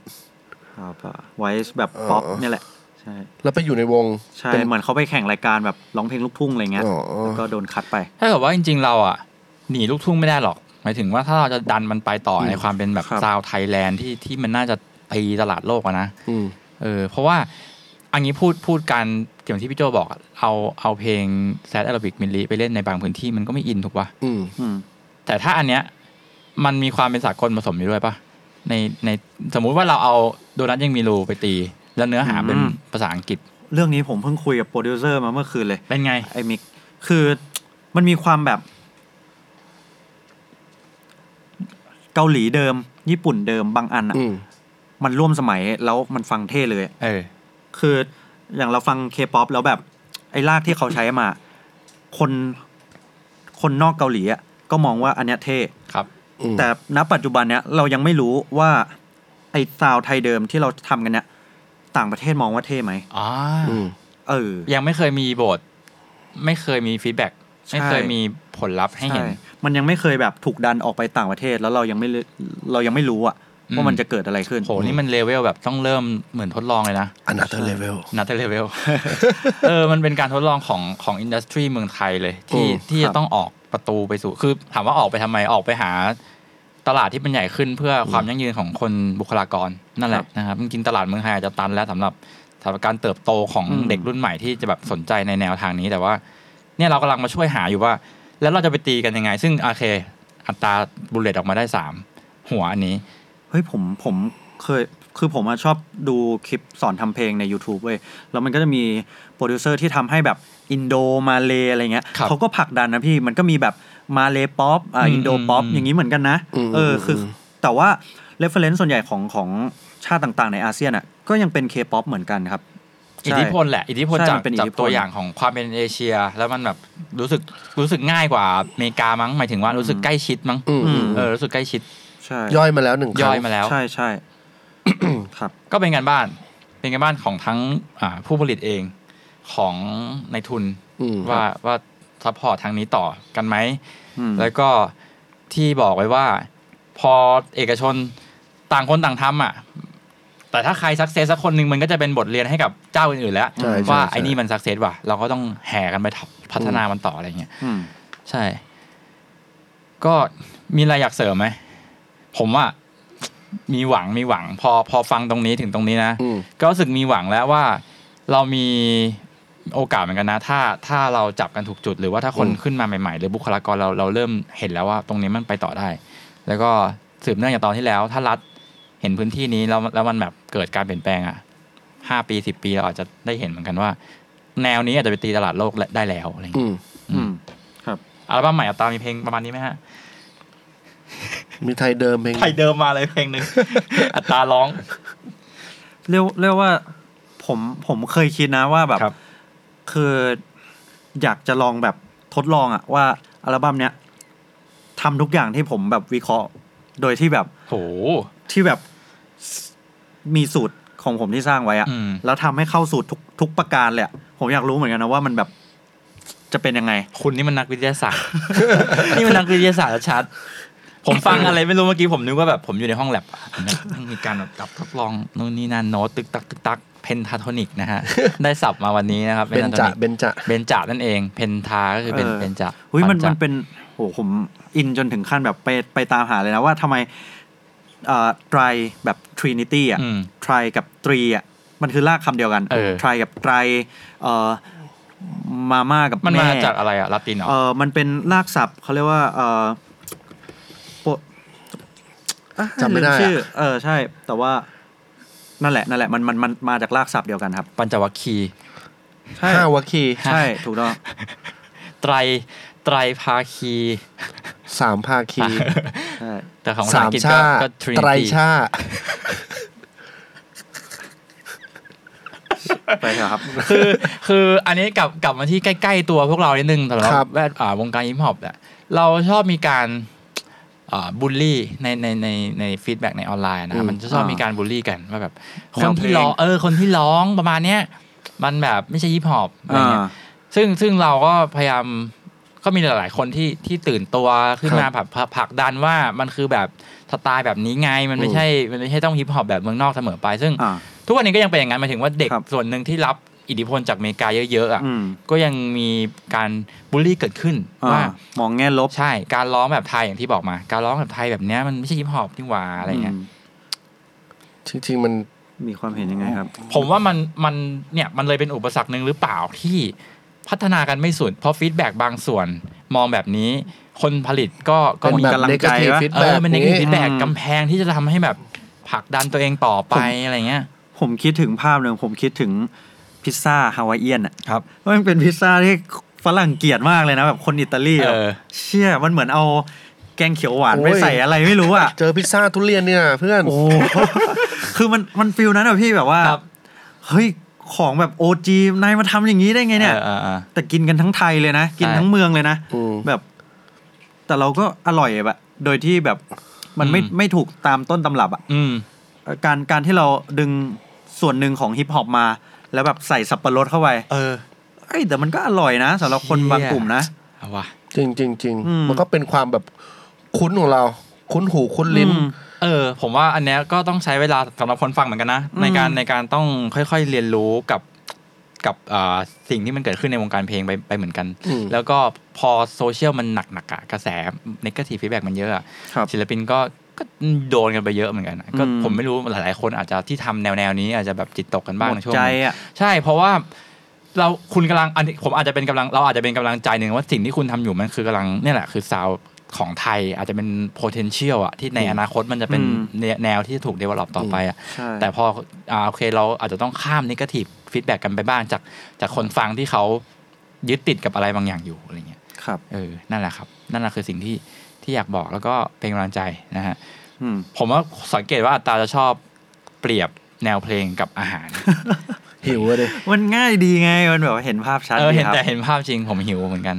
S2: ครับ voice แบบป๊อป
S4: เออ
S2: เนี่ยแหละ ใช่
S4: แล้วไปอยู่ในวง
S2: ใช่
S4: เป็น
S2: เหมือนเขาไปแข่งรายการแบบร้องเพลงลูกทุ่งอะไรเงี้ย
S4: อ๋อ
S2: แล้วก็โดนคัดไป
S5: ถ้าเกิดว่าจริง ๆ เราอ่ะหนีลูกทุ่งไม่ได้หรอกหมายถึงว่าถ้าเราจะดันมันไปต่อในความเป็นแบบ
S2: ครับ
S5: ซาวด์ไทยแลนด์ที่ที่มันน่าจะตีตลาดโลกอะนะ
S4: อืม
S5: เออเพราะว่าอันนี้พูดพูดกันอย่างที่พี่โจบอกอะเอาเอาเพลงแซดแอโรบิกมิลลีไปเล่นในบางพื้นที่มันก็ไม่อินถูกปะ
S4: อืม
S2: อืม
S5: แต่ถ้าอันเนี้ยมันมีความเป็นสากลผสมอยู่ด้วยปะในในสมมุติว่าเราเอาโดนัทยังมีรูไปตี แล้วเนื้อหาเป็น
S2: อืม
S5: ภาษาอังกฤษ
S2: เรื่องนี้ผมเพิ่งคุยกับโปรดิวเซอร์มาเมื่อคืนเลย
S5: เป็นไง
S2: ไอ้มิกคือมันมีความแบบ เกาหลีเดิม ญี่ปุ่นเดิมบางอันอ่ะ
S4: อืม
S2: มันร่วมสมัยแล้วมันฟังเท่เลย
S5: เออ
S2: คืออย่างเราฟังเคป๊อปแล้วแบบ ไอ้ลากที่เขาใช้มา คนคนนอกเกาหลีอ่ะก็มองว่าอันเนี้ยเท่
S5: ครับ
S4: อืม
S2: แต่ณปัจจุบันเนี้ยเรายังไม่รู้ว่า ไอ้ซาวด์ไทยเดิมที่เราทำกันเนี้ยต่างประเทศมองว่าเท่ไหม
S5: อ๋ออ
S4: อืม
S2: เออ
S5: ยังไม่เคยมีโบท ไม่เคยมีฟีดแบ็ก
S2: ใช่
S5: ไม่เคยมีผลลัพธ์ให้เห็น
S2: ช่มันยังไม่เคยแบบถูกดันออกไปต่างประเทศแล้วเรายังไม่รู้เรายังไม่รู้อะ
S5: อืม
S2: ว่ามันจะเกิดอะไรขึ้น
S5: โหนี่มันเลเวลแบบต้องเริ่มเหมือนทดลองเลยนะ
S4: another level
S5: นัตเลเว ล เออ มันเป็นการทดลองของของอินดัสทรีเมืองไทยเลย ที่
S4: อืม
S5: ที่จะต้องออกประตูไปสู่ คือถามว่าออกไปทำไมออกไปหา ตลาดที่มันใหญ่ขึ้นเพื่อความยั่งยืนของคนบุคลากรนั่นแหละนะครับจริงๆตลาดเมืองไทยอาจจะตันแล้วสำหรับสำหรับการเติบโตของ
S2: อืม
S5: เด็กรุ่นใหม่ที่จะแบบสนใจในแนวทางนี้แต่ว่า เนี่ยเรากำลังมาช่วยหาอยู่ว่า แล้วเราจะไปตีกันยังไง ซึ่งโอเค อัตราบุลเลตออกมาได้สามหัวอันนี้
S2: เฮ้ยผมผมเคยคือผมอะชอบดูคลิปสอนทำเพลงใน YouTube เว้ยแล้วมันก็จะมีโปรดิวเซอร์ที่ทำให้แบบอินโดมาเลอะไรเงี้ย
S5: ครับ
S2: เขาก็ผลักดันนะพี่มันก็มีแบบมาเลป๊อปอ่าอินโดป๊อปอย่างนี้เหมือนกันนะ
S4: อืม
S2: เอออ
S4: ม
S2: คือแต่ว่าเรฟเฟรนซ์ส่วนใหญ่ของของชาติต่างๆ ในอาเซียนอ่ะก็ยังเป็นเคป๊อปเหมือนกันครับ
S5: อิทธิพล
S2: ใช่
S5: แหละ อิทธิพล
S2: ใช่
S5: จาก
S2: มันเป็นอิ
S5: จา
S2: ทธิ
S5: ก
S2: พล
S5: ตัวอย่างของความเป็นเอเชีย แล้วมันแบบรู้สึกรู้สึกง่ายกว่าอเมริกามั้งหมายถึงว่ารู้สึกใกล้ชิดมั้ง
S4: อืม
S2: อืม
S5: เออรู้สึกใกล้ชิด
S2: ใช่
S4: ย่อยมาแล้วหนึ่งค
S5: ย่
S4: รั้
S5: อง ยมาแล้ว
S2: ใช่ใช่ ครับ
S5: ก็เป็นการบ้าน เป็นการบ้านของทั้งอ่าผู้ผลิตเองของในทุน
S4: อืมครับ
S5: ว่าว่าซัพพอร์ตทางนี้ต่อกันไหม
S2: อืม
S5: แล้วก็ที่บอกไว้ว่า พอเอกชนต่างคนต่างทำอ่ะ แต่ถ้าใครสักเซสสักคนหนึ่งมันก็จะเป็นบทเรียนให้กับเจ้าอื่นๆแล้ว
S4: ใช่ใช่
S5: ว่า
S4: ใช่
S5: ไอ้นี่มันสักเซสว่ะเราก็ต้องแห่กันไปทำพัฒนามันต่ออะไรเงี้ย
S2: อืม
S5: ใช่ ก็มีอะไรอยากเสริมไหม ผมว่า มีหวังมีหวัง พอพอฟังตรงนี้ถึงตรงนี้นะ
S4: อืม
S5: ก็รู้สึกมีหวังแล้วว่าเรามีโอกาสเหมือนกันนะ ถ้าถ้าเราจับกันถูกจุด หรือว่าถ้าคน
S4: อืม
S5: ขึ้นมาใหม่ๆ หรือบุคลากรเราเราเริ่มเห็นแล้วว่า ตรงนี้มันไปต่อได้ แล้วก็สืบเนื่องจากตอนที่แล้ว ถ้ารัฐเห็นพื้นที่นี้แล้วแล้วมันแบบเกิดการเปลี่ยนแปลงอ่ะห้าปีสิบปีเราอาจจะได้เห็นเหมือนกันว่า แนวนี้อาจจะไปตีตลาดโลกได้แล้วอะไรอย่างเงี้ย
S4: อืม
S2: อืม
S5: อัลบั้มใหม่อัตรามีเพลงประมาณนี้ไหมฮะ
S4: มีไทยเดิมเพลง
S5: ไทยเดิมมาเลยเพลงหนึ่ง อัตราร้อง
S2: เรียกเรียกว่าผมผมเคยคิดนะว่าแบบ
S5: ครับ
S2: คืออยากจะลองแบบทดลองอะว่าอัลบั้มเนี้ยทำทุกอย่างที่ผมแบบวิเคราะห์ โดยที่แบบ
S5: โห
S2: ที่แบบมีสูตรของผมที่สร้างไว้อะ
S5: อืม
S2: แล้วทำให้เข้าสูตรทุกทุกประการเลยอะผมอยากรู้เหมือนกันนะว่ามันแบบจะเป็นยังไง
S5: คุณนี่มันนักวิทยาศาสตร์ นี่มันนักวิทยาศาสตร์ชัดๆผมฟังอะไรไม่รู้เมื่อกี้ผมนึกว่าแบบผมอยู่ในห้องแลบอะมันมีการแบบจับทดลองนู่นนี่นั่นโน้ตตึกตักตึกตักเพนทาโทนิกนะฮ ะ ได้สับมาวันนี้นะครับ
S4: เบนจะ
S5: pentatonic
S4: เบนจะ
S5: เบนจานั่นเองเพนทาก็คือเป็น
S2: เออ
S5: เบนจา
S2: หุ้ยมัน
S5: ปัญจะ
S2: มันเป็นโหผมอินจนถึงขั้นแบบไปไปตามหาเลยนะว่าทำไมเอ่อไตรแบบทรินิตี้อ่ะ
S5: อืม
S2: ทรายกับตรีอ่ะมันคือลากคำเดียวกัน
S5: เออ
S2: ทรายกับไตรเอ่อมาม่ากับ
S5: มัน
S2: แ
S5: มาจากอะไรอะลาตินเหรอ
S2: เออมันเป็นลากศัพท์เขาเรียกว่าเออโปอ่ะ
S4: จำไม่ได้
S2: ลื
S4: อะ
S2: ชื่อ เออใช่ แต่ว่านั่นแหละนั่นแหละมันมันมันมาจากลากศัพท์เดียวกันครับ
S5: ปัญจวัคคีย์
S2: ใช่
S4: ห้าวคีย์
S2: ใช่ถูกต้อง
S5: ไตรไตรภาคี
S4: สามภาคีย์
S2: ใช่
S5: แต่ของ
S4: สา
S5: ภาม ษาอังกฤษ
S4: ชาติ
S5: ก็ก็ Trinity
S4: ไตรชาติ
S2: ไปเถอะครับ
S5: คือคืออันนี้กลับกลับมาที่ใกล้ ๆ ตัวพวกเรานิดนึงสำหรับแวดอ่าวงการฮิปฮอปเนี่ยเราชอบมีการอ่าบูลลี่ในในในในฟีดแบ็ในออนไลน์นะมันจะชอบ
S2: อ่ามี
S5: มีการบูลลี่กันว่าแบบ
S2: แน
S5: ค
S2: วน เพลง
S5: ที่ร้องเออคนที่ร้องประมาณเนี้ยมันแบบไม่ใช่ฮิปฮอปอะไร
S2: อ่า
S5: เงี้ยซึ่งซึ่งเราก็พยายามก็มีหลาย ๆ คนที่ที่ตื่นตัวขึ้นมาแบบผลักผลักดันว่ามันคือแบบสไตล์แบบนี้ไงมันไม่ใช่มันไม่ใช่ต้องฮิปฮอปแบบเมืองนอกเสมอไปซึ่ง
S2: อ่า
S5: ทุกวันนี้ก็ยังเป็นอย่างนั้นหมายถึงว่าเด็ก
S2: ครับ
S5: ส่วนหนึ่งที่รับอิทธิพลจากอเมริกาเยอะๆอ่ะ
S2: อืม
S5: ก็ยังมีการบูลลี่เกิดขึ้นว่า
S2: อ่า มองแง่ลบ
S5: ใช่การร้องแบบไทยอย่างที่บอกมา การร้องแบบไทยแบบเนี้ยมันไม่ใช่ฮิปฮอปนี่หว่าอะไรเงี้ย
S2: ม
S4: จริงๆมัน
S2: มีความเห็นยังไงครับ
S5: ผมว่ามันมันเนี่ยมันเลยเป็นอุปสรรคหนึ่งหรือเปล่าที่พัฒนากันไม่สุดเพราะฟีดแบ็กบางส่วนมองแบบนี้ คนผลิตก็ก็
S4: เป็น
S5: มี
S4: แบบ
S2: กำลังใจ
S4: negative
S2: วะ
S5: เอ
S4: feedback
S5: อมันใน
S4: นี้
S5: ฟีดแบ็ก
S2: อืม
S5: กำแพงที่จะทำให้แบบผลักดันตัวเองต่อไปอะไรเงี้ย
S2: ผมคิดถึงภาพหนึ่งผมคิดถึงพิซซ่าฮาวายเอียนอ่ะ
S5: ครับ
S2: ว่ามันเป็นพิซซ่าที่ฝรั่งเกลียดมากเลยนะแบบคนอิตาลี
S5: เออ
S2: แบบเชี่ยมันเหมือนเอาแกงเขียวหวานไป
S4: โอ้ย
S2: ใส่อะไรไม่รู้อ่ะ
S4: เจอพิซซ่าทุเรียนเนี่ยเพื่อน
S2: โอ้ คือมันมันฟิลนั้นอะพี่แบบว่า
S5: ครับ
S2: เฮ้ยของแบบโอจีนายมาทำอย่างนี้ได้ไงเนี่ย
S5: ออออ
S2: แต่กินกันทั้งไทยเลยนะ กิน
S5: ใช่
S2: ทั้งเมืองเลยนะ
S4: อืม
S2: แบบ แต่เราก็อร่อยแบบโดยที่แบบมันไม่
S5: อืม
S2: ไม่ถูกตามต้นตำรับอ่ะ
S5: อืม
S2: การการที่เราดึงส่วนหนึ่งของฮิปฮอปมา แล้วแบบใส่สับปะรดเข้าไป
S5: เออ
S2: เอ้ยแต่มันก็อร่อยนะสำหรับคน
S5: เชี่ย
S2: บางกลุ่มนะ
S5: เอาว่ะ
S4: จริงจริงจริง
S2: อืม
S4: มันก็เป็นความแบบคุ้นของเรา คุ้นหูคุ้นลิ้น
S2: อืม
S5: เออผมว่าอันเนี้ยก็ต้องใช้เวลาสำหรับคนฟังเหมือนกันนะ
S2: อืม
S5: ในการในการต้องค่อยๆเรียนรู้กับกับอ่าสิ่งที่มันเกิดขึ้นในวงการเพลงไปไปเหมือนกัน
S4: อืม
S5: แล้วก็พอโซเชียลมันหนักๆอะกระแส negative feedback มันเยอะอะ
S2: ครับ
S5: ศิลปินก็ ก็โดนกันไปเยอะเหมือนกันนะก็
S2: อืม
S5: ผมไม่รู้หลายๆ คนอาจจะที่ทำแนวแนวๆนี้อาจจะแบบจิตตกกันบ้าง
S2: หมด
S5: ในช่วง
S2: ใจ
S5: นั้น
S2: อ่ะ
S5: ใช่เพราะว่าเราคุณกำลังอันนี้ผมอาจจะเป็นกำลังเราอาจจะเป็นกำลังใจหนึ่งว่าสิ่งที่คุณทำอยู่มันคือกำลังเนี่ยแหละคือซาวของไทยอาจจะเป็น potential อะที่ในอนาคตมันจะเป็น
S2: อืม
S5: แนวที่ถูก develop ต่อไปอะ
S2: ใช่
S5: แต่พออ่าโอเคเราอาจจะต้องข้าม negative feedback กันไปบ้างจากจากคนฟังที่เขายึดติดกับอะไรบางอย่างอยู่อะไรเงี้ย
S2: ครับ
S5: เออนั่นแหละครับ นั่นแหละคือสิ่งที่ที่อยากบอกแล้วก็เป็นกำลังใจนะฮะ
S2: อืม
S5: ผมว่าสังเกตว่าอัตราจะชอบเปรียบแนวเพลงกับอาหาร
S4: หิวอะดิ
S2: มันง่ายดีไง มันแบบว่าเห็นภาพชัด
S5: เออ
S2: ดี
S5: เห็น
S2: ครับ
S5: แต่เห็นภาพจริงผมหิวเหมือน กัน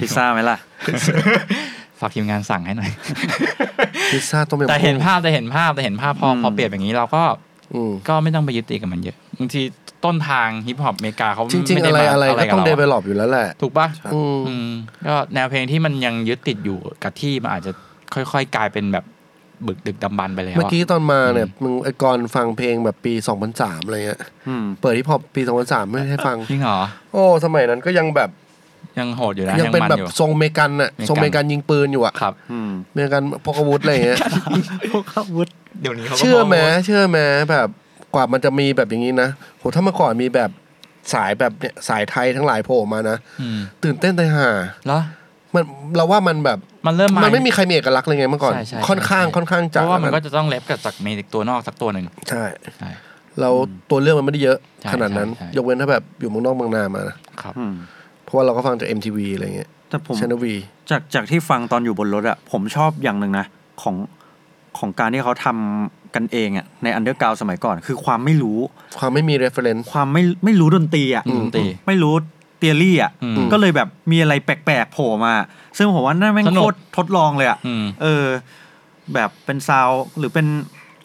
S2: พิซซ่าไหมล่ะ
S5: ฝากทีมงานสั่งให้หน่อย
S4: พิซซ่าต้มยำ
S5: แต่เห็น
S4: กุ้ง
S5: ภาพแต่เห็นภาพแต่เห็นภาพพอ
S2: อืม
S5: พอเปลี่ยนอย่างนี้เราก็
S4: อืม
S5: ก็ไม่ต้องไปยึดติดกับมันเยอะบางทีต้นทางฮิปฮอปอเมริกาเขา
S4: จริง
S5: ม่
S4: ๆ
S5: ด้
S4: อะไร
S5: มา
S4: อะไรก็
S5: บ
S4: ต้องเด
S5: เราะ
S4: เวล็อปอยู่แล้วแหละ
S5: ถูกป่ะ
S4: อืม
S5: อืมก็แนวเพลงที่มันยังยึดติดอยู่กับที่มันอาจจะค่อยๆ กลายเป็นแบบบึกดึกดำบันไปแล้ว
S4: เมื่อ
S5: อะ
S4: กี้ตอนมาเนี่ยมึงไอ้กรฟังเพลงแบบปี 2003 อะไรเงี้ย
S2: อืม
S4: เปิดที่พอปปี 2003 ไม่ให้ฟัง
S5: จริงเหรอ
S4: โอ้ สมัยนั้นก็ยังแบบ
S5: ยังโหดอยู่นะ
S4: ยัง
S5: ยัง
S4: เป็น
S5: มัน
S4: แบบ
S5: อยู่
S4: ทรงเมกันอะ
S5: เมกัน
S4: ทรงเมกันยิงปืนอยู่อะ
S5: ครับ
S2: อืม
S4: เมกันพกอาวุธอะไรเงี้ย
S2: พวกอาวุธ
S5: เดี๋ยวนี้เขาก็
S4: เชื่อไหม
S5: โหด
S4: เชื่อไหมแบบกว่ามันจะมีแบบอย่างนี้นะโหถ้าเมื่อก่อนมีแบบสายแบบเนี่ยสายไทยทั้งหลายโผล่มานะ
S5: อืม
S4: ตื่นเต้นใจห่า
S5: เหรอ
S4: มันเราว่ามันแบบ
S5: มันเริ่ม
S4: มันไม่มีใครมีเอกลักษณ์เลยไงเมื่อก่อน
S5: ใช่ใช่
S4: ค่อนข้าง
S5: ใช่
S4: ค่อนข้าง
S5: เพ
S4: จัด
S5: ราะว่ามัน
S4: แล้
S5: ก็จะต้องเล็บกับจากเมดิกตัวนอกสักตัวหนึ่ง
S4: ใช่ เราตัวเรื่องมันไม่ได้เยอะ
S5: ใช่
S4: ขนาดนั้น
S5: ใช่ใช่
S4: ยกเว้นถ้าแบบอยู่เมืองนอกเมืองนามานะครับ
S2: อืม
S4: เพราะว่าเราก็ฟังจาก MTV อะไรเงี้ย
S2: แต่ผม
S4: ชนวี
S2: จากจากที่ฟังตอนอยู่บนรถอะผมชอบอย่างหนึ่งนะของของการที่เขาทำกันเองอะในอันเดอร์กราวสมัยก่อน คือความไม่รู้
S4: ความไม่มี reference
S2: ความไม่ไม่รู้ดนตรีอะ
S5: อืมดนตรี
S2: ไม่รู้เตียรี่อะ
S5: อืม
S2: ก็เลยแบบมีอะไรแปลกๆโผล่มา ซึ่งผมว่านั่นแม่ง
S5: สนุก
S2: โคตรทดลองเลยอะ
S5: อืม
S2: เออ แบบเป็นซาวด์หรือเป็น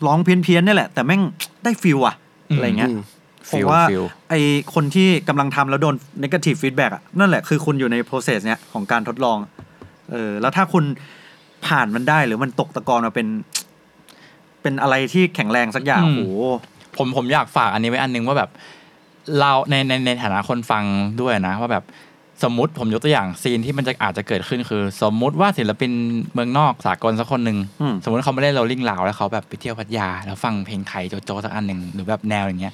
S2: ร้องเพี้ยนๆเนี่ยแหละ แต่แม่งได้ฟิลอะ
S5: อืม
S2: อะไรเงี้ย
S4: อืม
S2: ผ
S5: ฟิ
S2: ม
S5: ล
S2: ว่า
S5: ฟิล
S2: ไอคนที่กำลังทำแล้วโดน negative feedback อะนั่นแหละคือคุณอยู่ใน process เนี้ยของการทดลอง เออ แล้วถ้าคุณผ่านมันได้หรือมันตกตะกอนมาเป็น เป็นอะไรที่แข็งแรงสักอย่าง
S5: อืม
S2: โอ้โห
S5: ผมผมอยากฝากอันนี้ไว้อันหนึงว่าแบบ เราในในในฐานะคนฟังด้วยนะ ว่าแบบสมมติผมยกตัวอย่างซีนที่มันจะอาจจะเกิดขึ้นคือ สมมุติว่าศิลปินเมืองนอกสากลสักคนหนึ่ง
S2: อืม
S5: สมมติเขาไม่ได้เราลิงลาวแล้วเขาแบบไปเที่ยวพัทยา แล้วฟังเพลงไทยโจโจสักอันหนึ่งหรือแบบแนวอย่างเงี้ย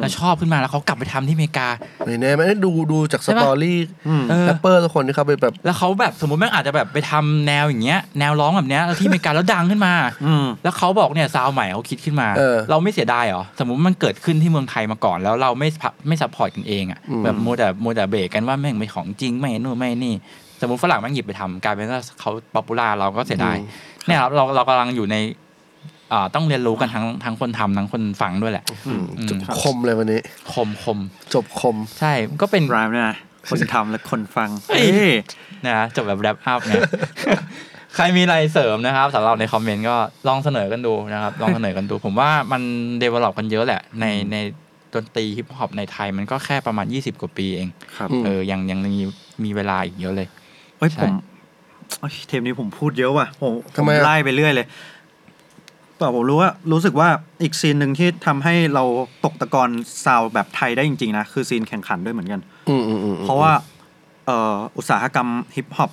S5: แล้วชอบขึ้นมาแล้วเขากลับไปทำที่อเมริกา
S4: ไม่แน่ไม่ได้ดูดูจากส
S5: ใช่ปะ
S4: ตอรี่
S2: อืม
S5: เออ
S4: แรปเปอร์ทุกคนที่เขาไปแบบ
S5: แล้วเขาแบบสมมติแม่งอาจจะแบบไปทำแนวอย่างเงี้ยแนวร้องแบบเนี้ยแล้วที่อเมริกาแล้วดังขึ้นมา
S2: อืม
S5: แล้วเขาบอกเนี่ยซาวใหม่เขาคิดขึ้นมา
S4: เออ
S5: เราไม่เสียดายเหรอ สมมติมันเกิดขึ้นที่เมืองไทยมาก่อน แล้วเราไม่ซัพไม่ซัพพอร์ตกันเองอะ
S4: อืม
S5: แบบมัวแต่มัวแต่เบรกกันว่าแม่งไม่ของจริงไม่นู่นไม่นี่ สมมติฝรั่งแม่งหยิบไปทำกลายเป็นว่าเขาป๊อปปูล่าเราก็เสียดายเนี่ยครับเราเรากำลังอยู่ในอ่าต้องเรียนรู้กันทั้งทั้งคนทำทั้งคนฟังด้วยแหละ
S4: จบคมเลยวันนี้
S5: คมคม
S4: จบคม
S5: ใช่มันก็เป็น
S2: รามเนี่ยนะคนทำและคนฟัง
S5: เฮ้ย
S2: เอ้ย
S5: นะฮะจบแบบแรปอัพเนี่ย ใครมีอะไรเสริมนะครับสำหรับในคอมเมนต์ก็ลองเสนอกันดูนะครับ ลองเสนอกันดู ผมว่ามันเดเวล็อปกันเยอะแหละ ในในดนตรีฮิปฮอปในไทยมันก็แค่ประมาณ 20 กว่าปีเอง
S2: ครับ
S5: เออยังยังมีมีเวลาอีกเยอะเลย
S2: เฮ้ย
S5: ใช่
S2: ผมเอ้ยเทปนี้ผมพูดเยอะว่ะผมผ
S4: ทำ
S2: ม
S4: ไมอะ
S2: ไล่ไปเรื่อยเลยแต่ผมรู้ว่ารู้สึกว่าอีกซีนหนึ่งที่ทำให้เราตกตะกอนซาวด์แบบไทยได้จริงๆนะ คือซีนแข่งขันด้วยเหมือนกัน
S4: อืมอืมอืม
S2: เพราะว่าเอ่ออุตสาหกรรมฮิปฮอป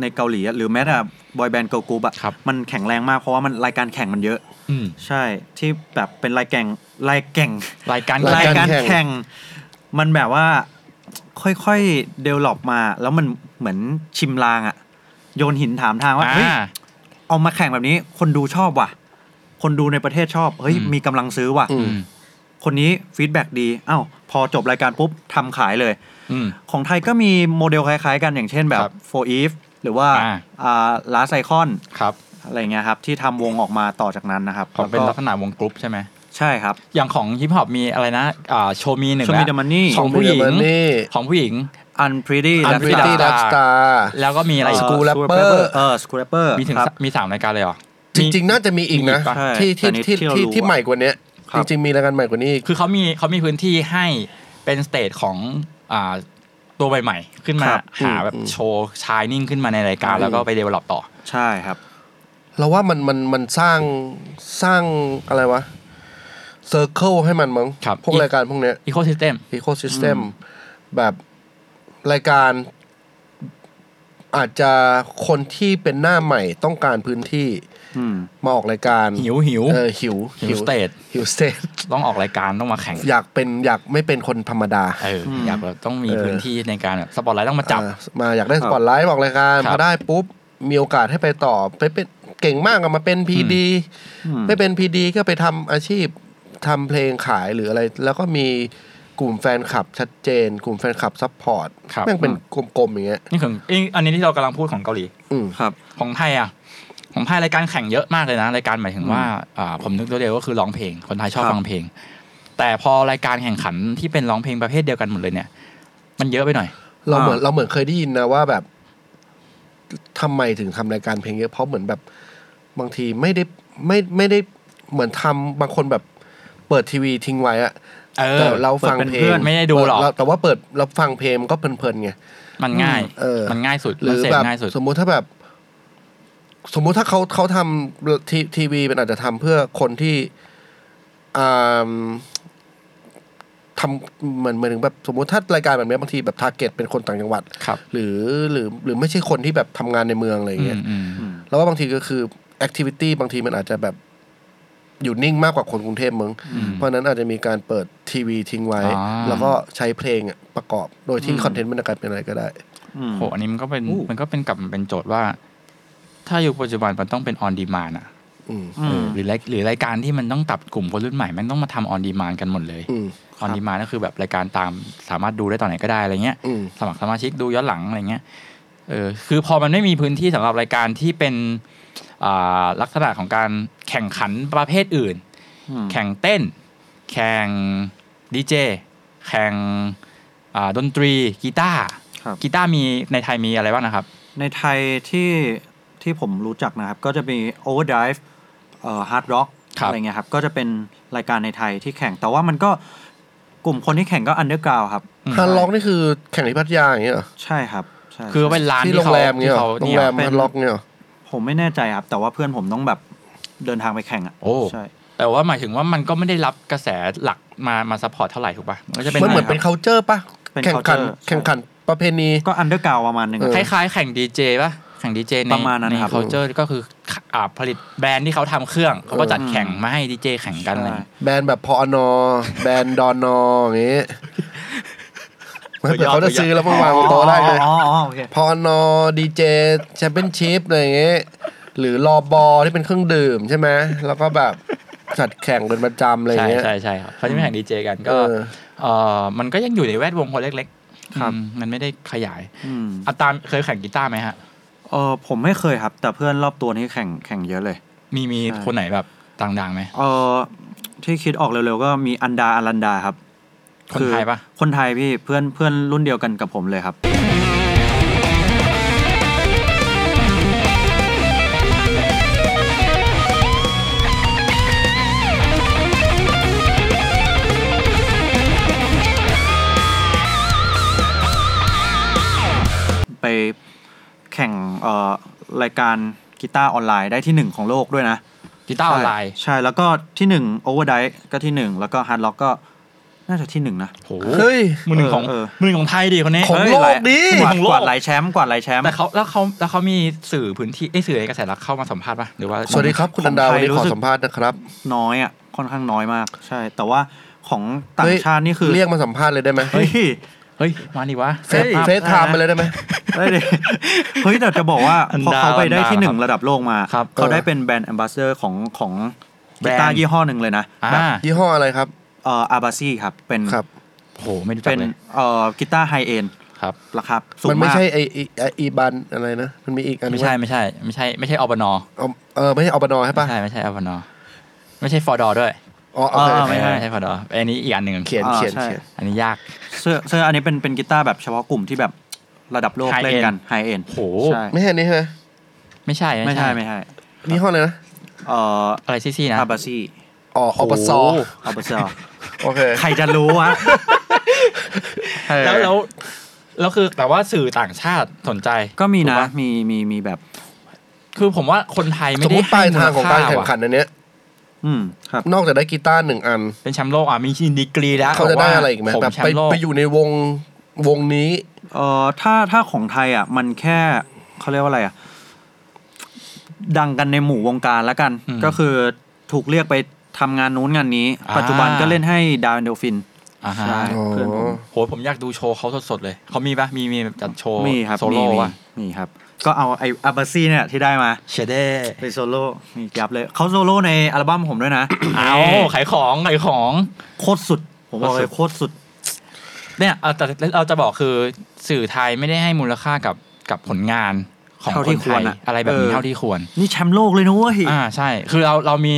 S2: ในเกาหลีอะหรือแม้แต่บอยแบนด์เกิร์ลกรุ๊ปอะ
S5: ครับ
S2: มันแข็งแรงมากเพราะว่ามันรายการแข่งมันเยอะ
S5: อืม
S2: ใช่ที่แบบเป็นรายแข่งรายแข่ง
S5: รายการ
S2: ราย
S5: แข่ง
S2: การแข่งมันแบบว่าค่อยๆเดเวล็อปมา แล้วมันเหมือนชิมลางอะโยนหินถามทางว่าเฮ้ยเอามาแข่งแบบนี้ คนดูชอบว่ะ คนดูในประเทศชอบเฮ้ย
S5: อืม
S2: มีกำลังซื้อว่ะ
S4: อืม
S2: คนนี้ฟีดแบ็กดีอ้าวพอจบรายการปุ๊บทำขายเลย
S5: อืม
S2: ของไทยก็มีโมเดลคล้ายๆกันอย่างเช่นแบบ
S5: ครับ
S2: f o r Eve หรือว่า
S5: อ่า
S2: ลาไซคอน
S5: ครับ
S2: อะไรเงี้ยครับ ที่ทำวงออกมาต่อจากนั้นนะครับ
S5: ของเป็น
S2: แว
S5: ลักษณะวงกรุ๊ปใช่ไหม
S2: ใช่ครับ
S5: อย่างของฮิปฮอปมีอะไรนะอ่าโชมีหนึ่ง
S2: ชมิ
S5: แล้ว
S2: ดามันนี่
S5: ของผู้หญิง
S4: Show Me the Money
S5: ของผู้หญิง
S2: อันพรีดี้
S4: อัน
S5: Unpretty
S4: พิตตี้
S5: Dark
S4: ดักสตาร์
S5: แล้วก็มีอะไรอีก
S4: School Rapper
S2: เออสกูแรปเปอร์
S5: มีถึงสามมีสามรายการเลยเหรอ
S4: จริง ๆ น่าจะมีอีกนะ
S5: มีอีกปะ
S4: ที่ที่
S2: ใช่
S4: ที่
S2: ตอนนี้ที่เรา
S4: ที่
S2: รู้
S4: ที่
S2: อะ
S4: ใหม่กว่าเนี้ย
S2: ครับ
S4: จริง ๆ มีรายการใหม่กว่านี้อีก
S5: คือเขามีเขามีพื้นที่ให้เป็นสเตจของอ่าตัวใหม่ๆขึ้นมา
S2: ครับ
S5: หาแบบโชว์ชายนิ่งขึ้นมาในรายการแล้วก็ไปเดเวล็อปต่อ
S2: ใช่ครับ
S4: เราว่ามันมันมันสร้างสร้างอะไรวะเซอร์เคิลให้มันมั้ง
S5: ครับ
S4: พวกรายการพวกเนี้ย
S5: อีโคซิสเต็ม
S4: อีโคซิสเต็มแบบรายการ อาจจะคนที่เป็นหน้าใหม่ต้องการพื้นที่
S2: อืม
S4: มาออกรายการ
S5: หิวหิว
S4: เออหิว
S5: หิว state
S4: หิวสเตท
S5: ต้องออกรายการต้องมาแข่ง
S4: อยากเป็นอยากไม่เป็นคนธรรมดา
S5: เอออ
S2: ม
S5: อยากแบบต้องมี
S4: เออ
S5: พื้นที่ในการแบบสปอตไลท์ต้องมาจับ
S4: อ่ามาอยากได้
S2: ครั
S4: ส
S2: บ
S4: ปอตไลท์บอกรายการ
S5: ครับ
S4: พอได้ปุ๊บมีโอกาสให้ไปต่อไปเป็นเก่งมากอะมาเป็นพีดีไม่เป็นพีดีก็ไปทำอาชีพทำเพลงขายหรืออะไร แล้วก็มีกลุ่มแฟนคลับชัดเจน กลุ่มแฟนคลับซัพพอร์ต
S5: ครับ
S4: แม่งเป็นกลมๆอย่างเงี้ย
S5: นี่ของเอ้ยอันนี้ที่เรากำลังพูดของเกาหลี
S4: อืม
S2: ครับ
S5: ของไทยอ่ะ ของไทยรายการแข่งเยอะมากเลยนะ รายการหมายถึงว่าอ่าผมนึกตัวเดียวก็คือร้องเพลง คนไทยชอบ
S2: ครับ
S5: ฟังเพลง แต่พอรายการแข่งขันที่เป็นร้องเพลงประเภทเดียวกันหมดเลยเนี่ย มันเยอะไปหน่อย
S4: เราเหมือน
S2: อ่า
S4: เราเหมือนเคยได้ยินนะว่าแบบทำไมถึงทำรายการเพลงเยอะเพราะเหมือนแบบบางทีไม่ได้ไม่ไม่ได้เหมือนทำบางคนแบบเปิดทีวีทิ้งไว้อะ
S5: เอ
S4: แต่
S5: อ
S4: เราฟัง
S5: ปิดป็น
S4: เพลง
S5: พื่อนไม่ได้ดูหรอก
S4: เาแต่ว่าเปิดเราฟังเพลงมันก็เพลินๆไง
S5: มันง่าย
S4: เออ
S5: มันง่ายสุด
S4: ห
S5: มั
S4: รื
S5: น
S4: อ
S5: เสพ
S4: แบบ
S5: ง่ายสุด
S4: สมมุติถ้าแบบ สมมุติถ้าเขาเขาทำทีทีวีเป็นอาจจะทำเพื่อคนที่อ่าทำเหมือนเหมือนถึงแบบ สมมุติถ้ารายการแบบเนี้ยบางทีแบบทาร์เก็ตเป็นคนต่างจังหวัด
S5: ครับ
S4: หรือหรือหรือไม่ใช่คนที่แบบทำงานในเมืองอะไรอย่างเงี้ย
S5: อืม
S2: อืม
S4: แล้วว่าบางทีก็คือแอคทิวิตี้บางทีมันอาจจะแบบอยู่นิ่งมากกว่าคนกรุงเทพมึง
S5: อืม
S4: เพราะฉะนั้นอาจจะมีการเปิดทีวีทิ้งไว้
S5: อ่า
S4: แล้วก็ใช้เพลงอะประกอบโดยที่
S2: อืม
S4: คอนเทนต์มันจะกลายเป็นอะไรก็ได้
S2: อืม
S5: โหอันนี้มันก็เป็น
S2: อู้
S5: มันก็เป็นกลับมาเป็นโจทย์ว่า ถ้าอยู่ปัจจุบันมันต้องเป็นออนดีมานอ่ะ
S4: อืม
S2: อื
S5: เอ
S2: ม
S5: อหรือรายหรือรายการที่มันต้องตับกลุ่มคนรุ่นใหม่มันต้องมาทำออนดีมานกันหมดเลย
S4: อืม
S5: ออนดีมานก็คือแบบรายการตามสามารถดูได้ตอนไหนก็ได้อะไรเงี้ย
S4: อืม
S5: สมัครสมาชิกดูย้อนหลังอะไรเงี้ย เออ คือพอมันไม่มีพื้นที่สำหรับรายการที่เป็นอ่าลักษณะของการแข่งขันประเภทอื่น
S2: อืม
S5: แข่งเต้น แข่งดีเจ แข่งอ่าดนตรีกีตาร์
S2: ครับ
S5: กีตาร์มีในไทยมีอะไรบ้างนะครับ
S2: ในไทยที่ที่ผมรู้จักนะครับ ก็จะมี Overdrive เอ่อ Hard Rock
S5: ครับ
S2: อะไรเงี้ยครับ ก็จะเป็นรายการในไทยที่แข่งแต่ว่ามันก็กลุ่มคนที่แข่งก็ Underground ครับ
S4: ฮาร์ดล็อกนี่คือแข่งที่พัทยาอย่างเงี้ยเหรอ
S2: ใช่ครับใช่
S5: คือเป็นร้าน
S4: ที่
S5: ที่
S4: โรง
S5: เขา
S4: แรมเงี้ย
S5: ที่
S4: เหรอ
S5: เขา
S4: โรง
S5: เนี่
S4: แรม
S5: ย
S4: ฮาร์ดล็อกเนี่ยเหรอ
S2: ผมไม่แน่ใจครับ แต่ว่าเพื่อนผมต้องแบบเดินทางไปแข่งอ่ะ
S5: โอ้
S2: ใช่
S5: แต่ว่าหมายถึงว่ามันก็ไม่ได้รับกระแสหลักมามาซัพพอร์ตเท่าไหร่ถูกป่ะ มันก็จะเป็น
S4: มันเหมือน
S2: ไงครับ
S4: เป็น c u เจอร์ป่ะ
S2: เป็น
S4: แข่งขัน
S2: culture ใช่
S4: แข่งขันประเพณี
S2: ก็ Underground ประมาณหนึ่งอะ
S4: เออ
S5: คล้ายๆ แข่งดีเจป่ะ แข่งดีเจใน
S2: ประมาณนั้น
S5: ใน
S2: ครับ
S5: culture ก็คืออ่าผลิตแบรนด์ที่เขาทำเครื่อง เขาก็จัดแข่งมาให้ดีเจแข่งกันอะไรอย่างเงี้ย
S4: แบรนด์แบบพอนอ แบรนด์ดอนออย่างงี้เผื่อเขาจะซื้อแล้วมาวางบนโต๊ะได้เลย
S2: อ๋ออ๋ออ๋อโอเค
S4: พอนอดีเจแชมเปี้ยนชิพอะไรอย่างเงี้ยหรือรอบอที่เป็นเครื่องดื่มใช่ไหมแล้วก็แบบจัดแข่งเป็นประจำอะไรอย่าง
S5: ใช่
S4: เงี้ย
S5: ใช่ใช่ครับเขาจะไม่แข่งดีเจกันก็
S4: เออ
S5: เออมันก็ยังอยู่ในแวดวงคนเล็กๆอืมมันไม่ได้ขยาย
S2: อืม
S5: อาตามเคยแข่งกีตาร์ไหมฮะ
S2: เออผมไม่เคยครับ แต่เพื่อนรอบตัวนี่แข่งแข่งเยอะเลย
S5: มีมี
S2: ใช่
S5: คนไหนแบบดังๆไหม
S2: เออที่คิดออกเร็วๆก็มีอันดาอลันดาครับ
S5: คนไทยปะ
S2: คือคนไทยพี่เพื่อนเพื่อนรุ่นเดียวกันกับผมเลยครับ ไปแข่งเอ่อรายการกีตาร์ออนไลน์ได้ที่หนึ่งของโลกด้วยนะ
S5: กีตาร์ออนไลน์
S2: ใช่ใช่แล้วก็ที่หนึ่งโอเวอร์ไดก็ที่หนึ่งแล้วก็ฮาร์ดล็อกก็น่าจะที่หนึ่งนะ
S5: โห
S4: เฮ้ย
S5: มือหนึ่งของ
S2: เออ
S5: มือหนึ่งของไทยดิคนนี้
S4: ของ
S2: เฮ้ย
S4: โลก
S2: หาย
S4: ดิ
S2: กวาด
S5: ของโลก
S2: กวาดหลายแชมป์กวาดหลายแชมป์
S5: แต่เขาแล้วเขาแล้วเขามีสื่อพื้นที่ไอ้ยสื่อในกระแสหลักเข้ามาสัมภาษณ์ป่ะหรือว่า
S4: สวัสดีครับ คุณอันดาวันนี้ขอสัมภาษณ์นะครับ
S2: น้อยอ่ะค่อนข้างน้อยมาก ใช่ แต่ว่าของต่างชาตินี่คือ
S4: เฮ้ยเรียกมาสัมภาษณ์เลยได้ไหม
S2: เฮ้ย
S5: เฮ้ยมาดิวะ
S4: เฟซเฟซไทม์มาเลยได้ไหม
S2: ได้เลยเฮ้ยแต่จะบอกว่า
S5: อัน
S2: พอ
S5: ดา
S2: เขาไปได้ที่หนึ่ง
S5: อันดา
S2: ระดับโลกมา
S5: ครับ
S2: เขาได้
S4: เออ
S2: เป็นแบรนด์แอมบาสเดอร์ของของ
S5: แบร
S2: กี
S5: นด์
S2: ตาร์ยี่ห้อหนึ่งเลยนะ
S5: อ่า
S2: แบบ
S4: ยี่ห้ออะไรครับ
S2: เอ่ออาบาซี่ครับเป็น
S4: ครับ
S5: โหไม่รู้จั
S2: เป็น
S5: กเลย
S2: เอ่อกีตาร์ไฮเอ็น
S5: ครับ
S2: ราคาสูง
S4: มันไม่
S2: มาก
S4: ใช่ไอไอ้ไอ้อีบันอะไรนะ มันมีอีกอันนึ
S5: ไม่
S4: ง
S5: ใช่ไม่ใช่ ไม่ใช่ไม่ใช่อบน
S4: เอาเออไม่ใช่อบนอใช่
S5: ไม่
S4: ปะ
S5: ใช่ไม่ใช่อบนไม่ใช่ฟอร์ดอด้วย
S4: อ๋อโอเค
S2: เอ
S4: โอ
S2: อ
S4: เค
S5: ไม่ใช่ไม่ใช่ฟอร์ดออันนี้อีกอันหนึ่ง
S4: เขียน
S2: อ่า
S4: เขียน
S2: ใช่
S4: เขียน
S5: อันนี้ยาก
S2: เสื้อเสื้ออันนี้เป็นเป็นกีตาร์แบบเฉพาะกลุ่มที่แบบระดับโลก
S5: High
S2: เล่นกัน ไฮเอ็น
S5: โห
S2: ใช่
S4: ไม่ใช่อันนี่ใช่ไหม
S5: ไม่ใช่
S2: ไม่ใช่ไม่ใช่
S4: ยี่ห้ออะไรนะ
S2: เอ่อ
S5: อะไรซี่ๆนะ
S2: อาบาซี่
S4: อ๋ออปส
S2: อาบาซอ
S4: โอเค
S2: ใครจะรู้วะ
S5: แล้วแล้วแล้วคือแต่ว่าสื่อต่างชาติสนใจ
S2: ก็มี
S5: ถู
S2: นะ
S5: ป
S2: มีมีมีแบบ
S5: คือผมว่าคนไทยไม่
S4: สม
S5: ได้
S4: มติปลายทางของการแข่งขั
S5: ให้มูลค่
S4: นอันเนี้ย
S2: อืมครับ
S4: นอกจากได้กีตาร์หนึ่งอัน
S5: าว่ะเป็นแชมป์โลกอ่ะมีชินดีกรีแล้ว
S4: เขาจะได้
S5: บว่
S4: อะไรอีกไหม
S5: ผม
S4: แบบ
S5: แช
S4: ไป
S5: มป์โลก
S4: ไปอยู่ในวงวงนี้
S2: เอ่อถ้าถ้าของไทยอ่ะ มันแค่เขาเรียกว่าอะไรอ่ะ ดังกันในหมู่วงการแล้วกัน
S5: อืม
S2: ก็คือถูกเรียกไปทำงานนู้นงานนี้
S5: อ่า
S2: ปัจจุบันก็เล่นให้ดาวน์เดลฟิน
S5: อ่าฮะ
S2: ใช่ เพื่อนผม
S5: โหผมอยากดูโชว์เขาสดๆเลย เขามีปะมีมีจัดโชว์
S2: มีครับ
S5: โซ
S2: มี
S5: โล่
S2: มี
S5: อะ
S2: มีครับ ก็เอาไออาบาซี่เนี่ยที่ได้มา
S5: เชเด้
S2: ไปโซโล่นี่ยับเลยเขาโซโล่ในอัลบั้มผมด้วยนะ
S5: เอาขายของขายของ
S2: โคตรสุด ผมบอกเลยโคตรสุด
S5: เนี่ยเอาแต่เราจะบอกคือสื่อไทยไม่ได้ให้มูลค่ากับกับผลงานของ
S2: เท่า
S5: ค
S2: ที่
S5: นไท
S2: ควร
S5: ย
S2: อะ
S5: อะไรแบบนี้
S2: เออ
S5: เท่าที่ควร
S2: นี่แชมป์โลกเลยนะเว้ย
S5: อ่าใช่ คือเราเรามี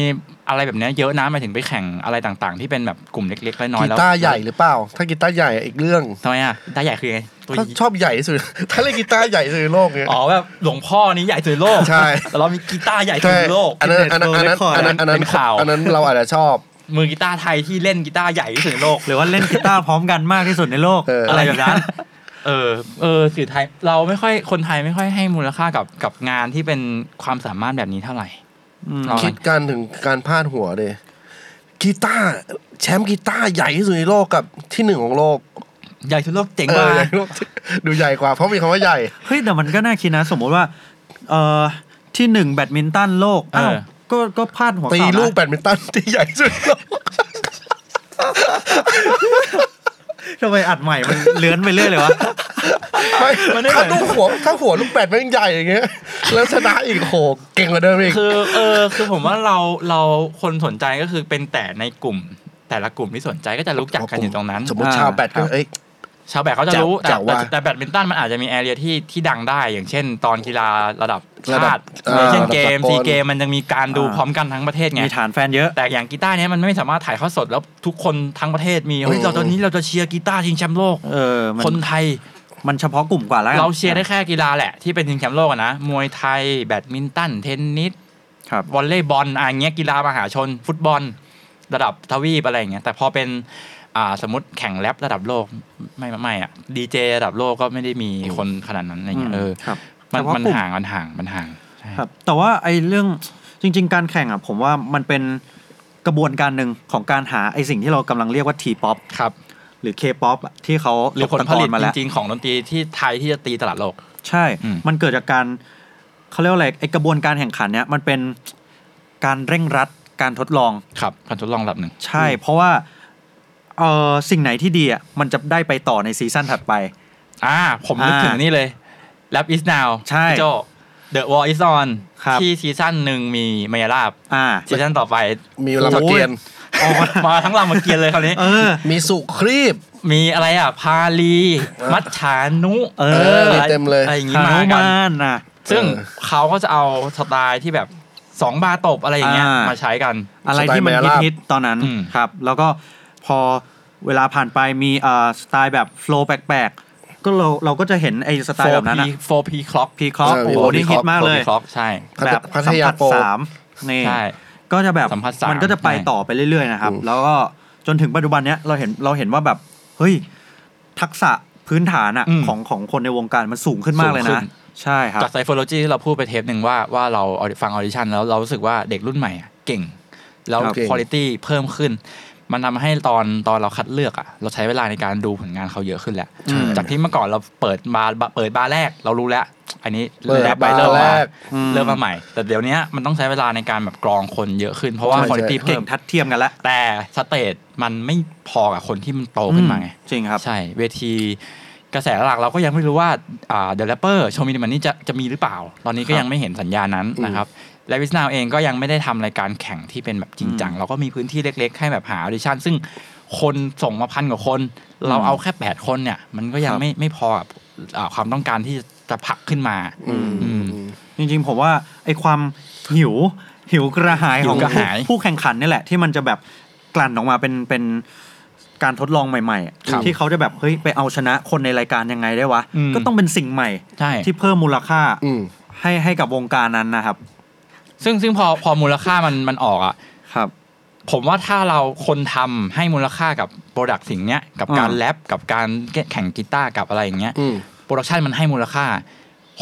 S5: อะไรแบบเนี้ยเยอะนะหมายถึงไปแข่งอะไรต่างๆ ที่เป็นแบบกลุ่มเล็กๆน้อย
S4: กี
S5: ๆแล้ว
S4: ตาร์ใหญ่หรือเปล่า ถ้ากีตาร์ใหญ่อะอีกเรื่อง
S5: ทำไมอ่ะตาใหญ่คือไงตัว
S4: ถ้าชอบใหญ่ที่สุด ถ้าเล่นกีตาร์ใหญ่ที่สุดในโลกเนี่ย
S5: อ๋อแบบหลวงพ่อนี้ใหญ่สุดในโลก
S4: ใช่
S5: แต่เรามีกีตาร์ใหญ่สุด
S4: ใช่
S5: ในโลก
S4: อันนั้นอันนั้นอัน
S2: Guinness World
S4: นั้นอัน
S2: Record
S4: นั้นอันนั้น
S5: เป็นข่าว
S4: อันนั้นเราอาจจะชอบ
S5: มือกีตาร์ไทยที่เล่นกีตาร์ใหญ่ที่สุดในโลก
S2: หรือว่าเล่นกีตาร์พร้อมกันมากที่สุดในโลก
S4: เอออ
S2: อะไรแบบนั้น
S5: เออเออสื่อไทยเราไม่ค่อยคนไทยไม่ค่อยให้มูลค่ากับกับงานที่เป็นความสามารถแบบนี้เท่าไหร่
S2: อืม
S5: เนาะ
S4: คิดการถึงการพาดหัวเลยกีตาร์แชมป์กีตาร์ใหญ่ที่สุดในโลกกับที่หนึ่งของโลก
S5: ใหญ่สุดโลกเจ๋ง
S4: เอ
S5: มา
S4: อก ใหญ่โลกดูใหญ่กว่า เพราะมีคำว่าใหญ่
S2: เฮ้ยแต่มันก็น่าคิดนะ สมมติว่าเอ่อที่หนึ่งแบดมินตันโลกอ้าว
S5: เออ
S2: ก็ก็พลาดหัว
S4: ตี
S2: ข่าวนะ
S4: ลูกแบดมินตันที่ใหญ่ที่สุดในโลก
S2: ทำไมอัดใหม่มัน เลื้อนไปเรื่อยเลยวะ
S4: ไม่
S5: มันไม่เหมื
S4: ถ้า
S5: อน
S4: ลูกหัวถ้าหัวลูกแบดมันใหญ่อย่างเงี้ยแล้วชนะอีกโหเก่งกว่าเดิมอีก
S5: คือเออคือผมว่าเราเราคนสนใจก็คือเป็นแต่ในกลุ่ม แต่ละกลุ่มที่สนใจก็จะรู้จักกันอยู่ตรงนั้น
S4: สมมติชาวแบดก็เอ้ย
S5: ชาวแบดเขาจะรู้
S4: จะ
S5: แต่
S4: ว่า
S5: แต่แต่แบดมินตันมันอาจจะมีแอเรียที่ที่ดังได้ อย่างเช่น ตอนกีฬาระดับ
S4: ระดั
S5: ชา
S4: บ
S5: ติ
S4: เอ่อ
S5: เช่นเกม
S4: ระดับสากล
S5: ซีเกมมันยังมีการดู
S2: อ่า
S5: พร้อมกันทั้งประเทศไง
S2: มีฐานแฟนเยอะ
S5: แต่อย่างกีตาร์เนี้ยมันไม่สามารถถ่ายทอดสดแล้วทุกคนทั้งประเทศมีเฮ้ยเราตอนนี้เราจะเชียร์กีตาร์ชิงแชมป์โลก
S2: เออมัน
S5: คนไทย
S2: มันเฉพาะกลุ่มกว่าแล้วกัน
S5: เราเชียร์ได้แค่กีฬาแหละที่เป็นชิงแชมป์โลกอะนะมวยไทยแบดมินตันเทนนิส
S2: ครับ
S5: วอลเลย์บอลอะไรเงี้ยกีฬามหาชน ฟุตบอล ระดับทวีปอะไรอย่างเงี้ยแต่พอเป็นอ่าสมมติแข่งแรประดับโลกไม่ไม่ไม่อะดีเจระดับโลกก็ไม่ได้มีคนขนาดนั้นอะไรเงี้ยเออ
S2: ครับ
S5: มัน
S2: เฉพาะ
S5: มัน
S2: กลุ่ม
S5: ห่างมันห่างมันห่างใช่
S2: ครับแต่ว่าไอ้เรื่องจริง ๆ การแข่งอ่ะผมว่ามันเป็นกระบวนการหนึ่งของการหาไอ้สิ่งที่เรากำลังเรียกว่าทีป๊อป
S5: ครับ
S2: หรือเคป๊อปที่เขา
S5: หรือผล
S2: ตะ
S5: ผ
S2: ก
S5: ลิ
S2: อ
S5: ต
S2: นมา
S5: จ
S2: แล้ว
S5: ริงๆ ของดนตรีที่ไทยที่จะตีตลาดโลก
S2: ใช่
S5: อืม
S2: มันเกิดจากการเขาเรียกว่าอะไรไอ้กระบวนการแข่งขันเนี่ยมันเป็นการเร่งรัดการทดลอง
S5: ครับการทดลองระดับหนึ่ง
S2: ใช่ เพราะว่าเออสิ่งไหนที่ดีอ่ะมันจะได้ไปต่อในซีซั่นถัดไป
S5: อ่า ผมนึก
S2: อ่า
S5: ถึงนี่เลยแรปอิสนาว
S2: ใช่
S5: โจ The War is on
S2: ครับ
S5: ที่ซีซั่นหนึ่งมีมายาลาบ
S2: อ่า
S5: ซีซั่นต่อไป
S4: มีลำเกียน
S5: ออกมามาทั้งรามเกียรติเลยคราวนี้
S2: เออ
S4: มีสุครีบ
S5: มีอะไรอ่ะ พาลี มัจฉานุ
S2: เออ
S5: ะไร
S4: เต็มเลย
S5: อะไรอย่างงี้
S2: ฮา
S5: มา
S2: นุ
S5: กั
S2: มาน นนะ
S5: ซึ่งเขาก็จะเอาสไตล์ที่แบบสองบาร์ตบอะไรอย่างเงี้ย
S2: อ่าม
S5: มาใช้กัน
S2: อะไรที่มัน
S4: สไตล์แมวลาบ
S2: ฮิตๆตอนนั้น
S5: อืม
S2: ครับ แล้วก็พอเวลาผ่านไปมีเอ่อสไตล์แบบโฟล์แปลกๆก็เราเราก็จะเห็นไอ้สไตล์แบบนั้น
S5: 4P
S2: อ่ะ
S5: 4P clock
S2: พีคอป
S4: เออ
S2: โอ้โห
S4: Peacock
S2: นี่ฮิตมากเลย
S5: 4P clock ใช่
S2: แบบ
S4: พัท
S2: สัม
S4: ยา
S2: ผัส
S4: โปร
S2: สามนี่
S5: ใช่
S2: ก็จะแบบ
S5: สัมผัสสาม
S2: มันก็จะไป
S5: ใช่
S2: ต่อไปเรื่อยๆนะครับ
S4: อืม
S2: แล้วก็จนถึงปัจจุบันเนี้ยเราเห็นเราเห็นว่าแบบเฮ้ยทักษะพื้นฐานอะ
S5: อืม
S2: ของของคนในวงการมันสูงขึ้นมากเลย
S5: สูงขึ้
S2: นะ
S5: น
S2: ใช่ครับ
S5: จากไซโฟโลจีที่เราพูดไปเทปหนึ่งว่าว่าเราเอาฟังออดิชันแล้วเรารู้สึกว่าเด็กรุ่นใหม่อะเก่ง แล้ว
S4: ครับเก่ง
S5: คุณ i t y เพิ่มขึ้น มันทำให้ตอนตอนเราคัดเลือกอ่ะ เราใช้เวลาในการดูผลงานเขาเยอะขึ้นแหละ
S2: ใช่
S5: จากที่เมื่อก่อนเราเปิดบาร์เปิดบาร์แรกเรารู้แล้ว อันนี้
S4: เปิด
S5: แรปไป
S4: บา
S5: เริ่ม
S4: ร์แร
S5: มาก
S2: อืม
S5: เริ่มมาใหม่ แต่เดี๋ยวเนี้ยมันต้องใช้เวลาในการแบบกรองคนเยอะขึ้น เพราะว่า
S4: ใช่
S5: คุณ i t y
S4: ใช่
S5: เพิ่
S2: เก่
S5: ม
S2: งทัดเทียมกันแล้ว
S5: แต่สเตจมันไม่พอกับคนที่มันโตขึ้นมาไง
S2: จริงครับ
S5: ใช่เวทีกระแสหลักเราก็ยังไม่รู้ว่าเดอะแรปเปอร์โชมินมันนี่จะจะมีหรือเปล่า ตอนนี้
S2: ค
S5: ก็
S2: รับ
S5: ยังไม่เห็นสัญญาณนั้น
S4: อืม
S5: นะครับและวิสนาวเองก็ยังไม่ได้ทำรายการแข่งที่เป็นแบบจริงจัง เราก็มีพื้นที่เล็ก ๆ ให้แบบหาออดิชั่น ซึ่งคนส่งมาพันกว่าคน เราเอาแค่ 8 คนเนี่ย มันก็ยั
S2: ค
S5: ง
S2: รับ
S5: ไม่ไม่พอกับอ่าความต้องการที่จะผลักขึ้นมา
S4: อืม
S5: อืม
S2: จริงๆผมว่าไอ้ความหิวหิวกระหาย
S5: หิ
S2: ข
S5: ว
S2: อง
S5: กระ
S2: ผู้
S5: หาย
S2: ผู้แข่งขันนี่แหละ ที่มันจะแบบกลั่นออกมาเป็นเป็นการทดลองใหม่ๆอะ
S5: ครับ
S2: ที่เขาจะแบบเฮ้ยไปเอาชนะคนในรายการยังไงได้วะ
S5: อืม
S2: ก็ต้องเป็นสิ่งใหม่
S5: ใช่
S2: ที่เพิ่มมูลค่า
S4: อืม
S2: ให้ให้กับวงการนั้นนะครับ
S5: ซึ่งซึ่งพอพอมูลค่ามันมันออกอ่ะ
S2: ครับ
S5: ผมว่าถ้าเราคนทำให้มูลค่ากับโปรดักต์สิ่งเนี้ยกับการ
S2: อ่า
S5: แรปกับการแข่งกีตาร์กับอะไรอย่างเงี้ย
S4: อืม
S5: โปรดักชันมันให้มูลค่า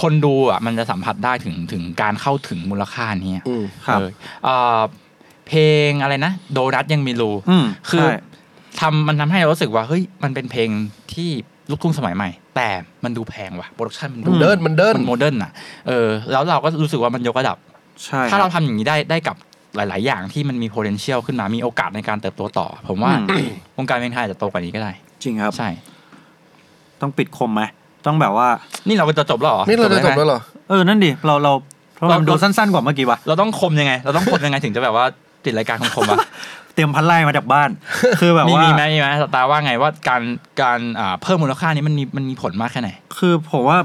S5: คนดูอ่ะมันจะสัมผัสได้ถึงถึงการเข้าถึงมูลค่านี้
S4: อืม
S2: ครับ
S5: เออเอ่อเพลงอะไรนะ โดนัทยังมีรู
S2: อืม
S5: คือ
S2: ใช่
S5: ทำมันทำให้เรารู้สึกว่าเฮ้ยมันเป็นเพลงที่ลูกทุ่งสมัยใหม่ แต่มันดูแพงว่ะโปรดักชันมันดู
S4: เดินมันเดิน
S5: มันโมเดิร์นอ่ะเออแล้วเราก็รู้สึกว่ามันยกระดับ
S2: ใช่
S5: ถ้า
S2: ค
S5: เรา
S2: บ
S5: ทำอย่างนี้ได้ได้กับหลาย ๆ อย่างที่มันมี potential ขึ้นมามีโอกาสในการเติบโตต่อ ผมว่า
S2: อืม
S5: วงการเพลงไทยอาจจะโตกว่านี้ก็ได้
S2: จริงครับ
S5: ใช่
S2: ต้องปิดคมไหมต้องแบบว่า
S5: นี่เราจะจบแล้วหรอ
S4: นี่เราจะจบ
S5: ไหม
S4: แล้วเหรอ
S2: เออ นั่นดิ เราเราเพราะ
S5: เรา
S2: มันดูสั้นๆกว่าเมื่อกี้วะ
S5: เราต้องคมยังไง เราต้องคมยังไงถึงจะแบบว่าติดรายการคมคมๆอะ
S2: เตรียมพันไล่มาจากบ้าน คือแบบ
S5: มี
S2: ว่า
S5: มีไหมมีไหมสตาร์ว่าไงว่าการการอ่าเพิ่มมูลค่านี้มันมีมันมีผลมากแค่ไหน
S2: คือผมว่า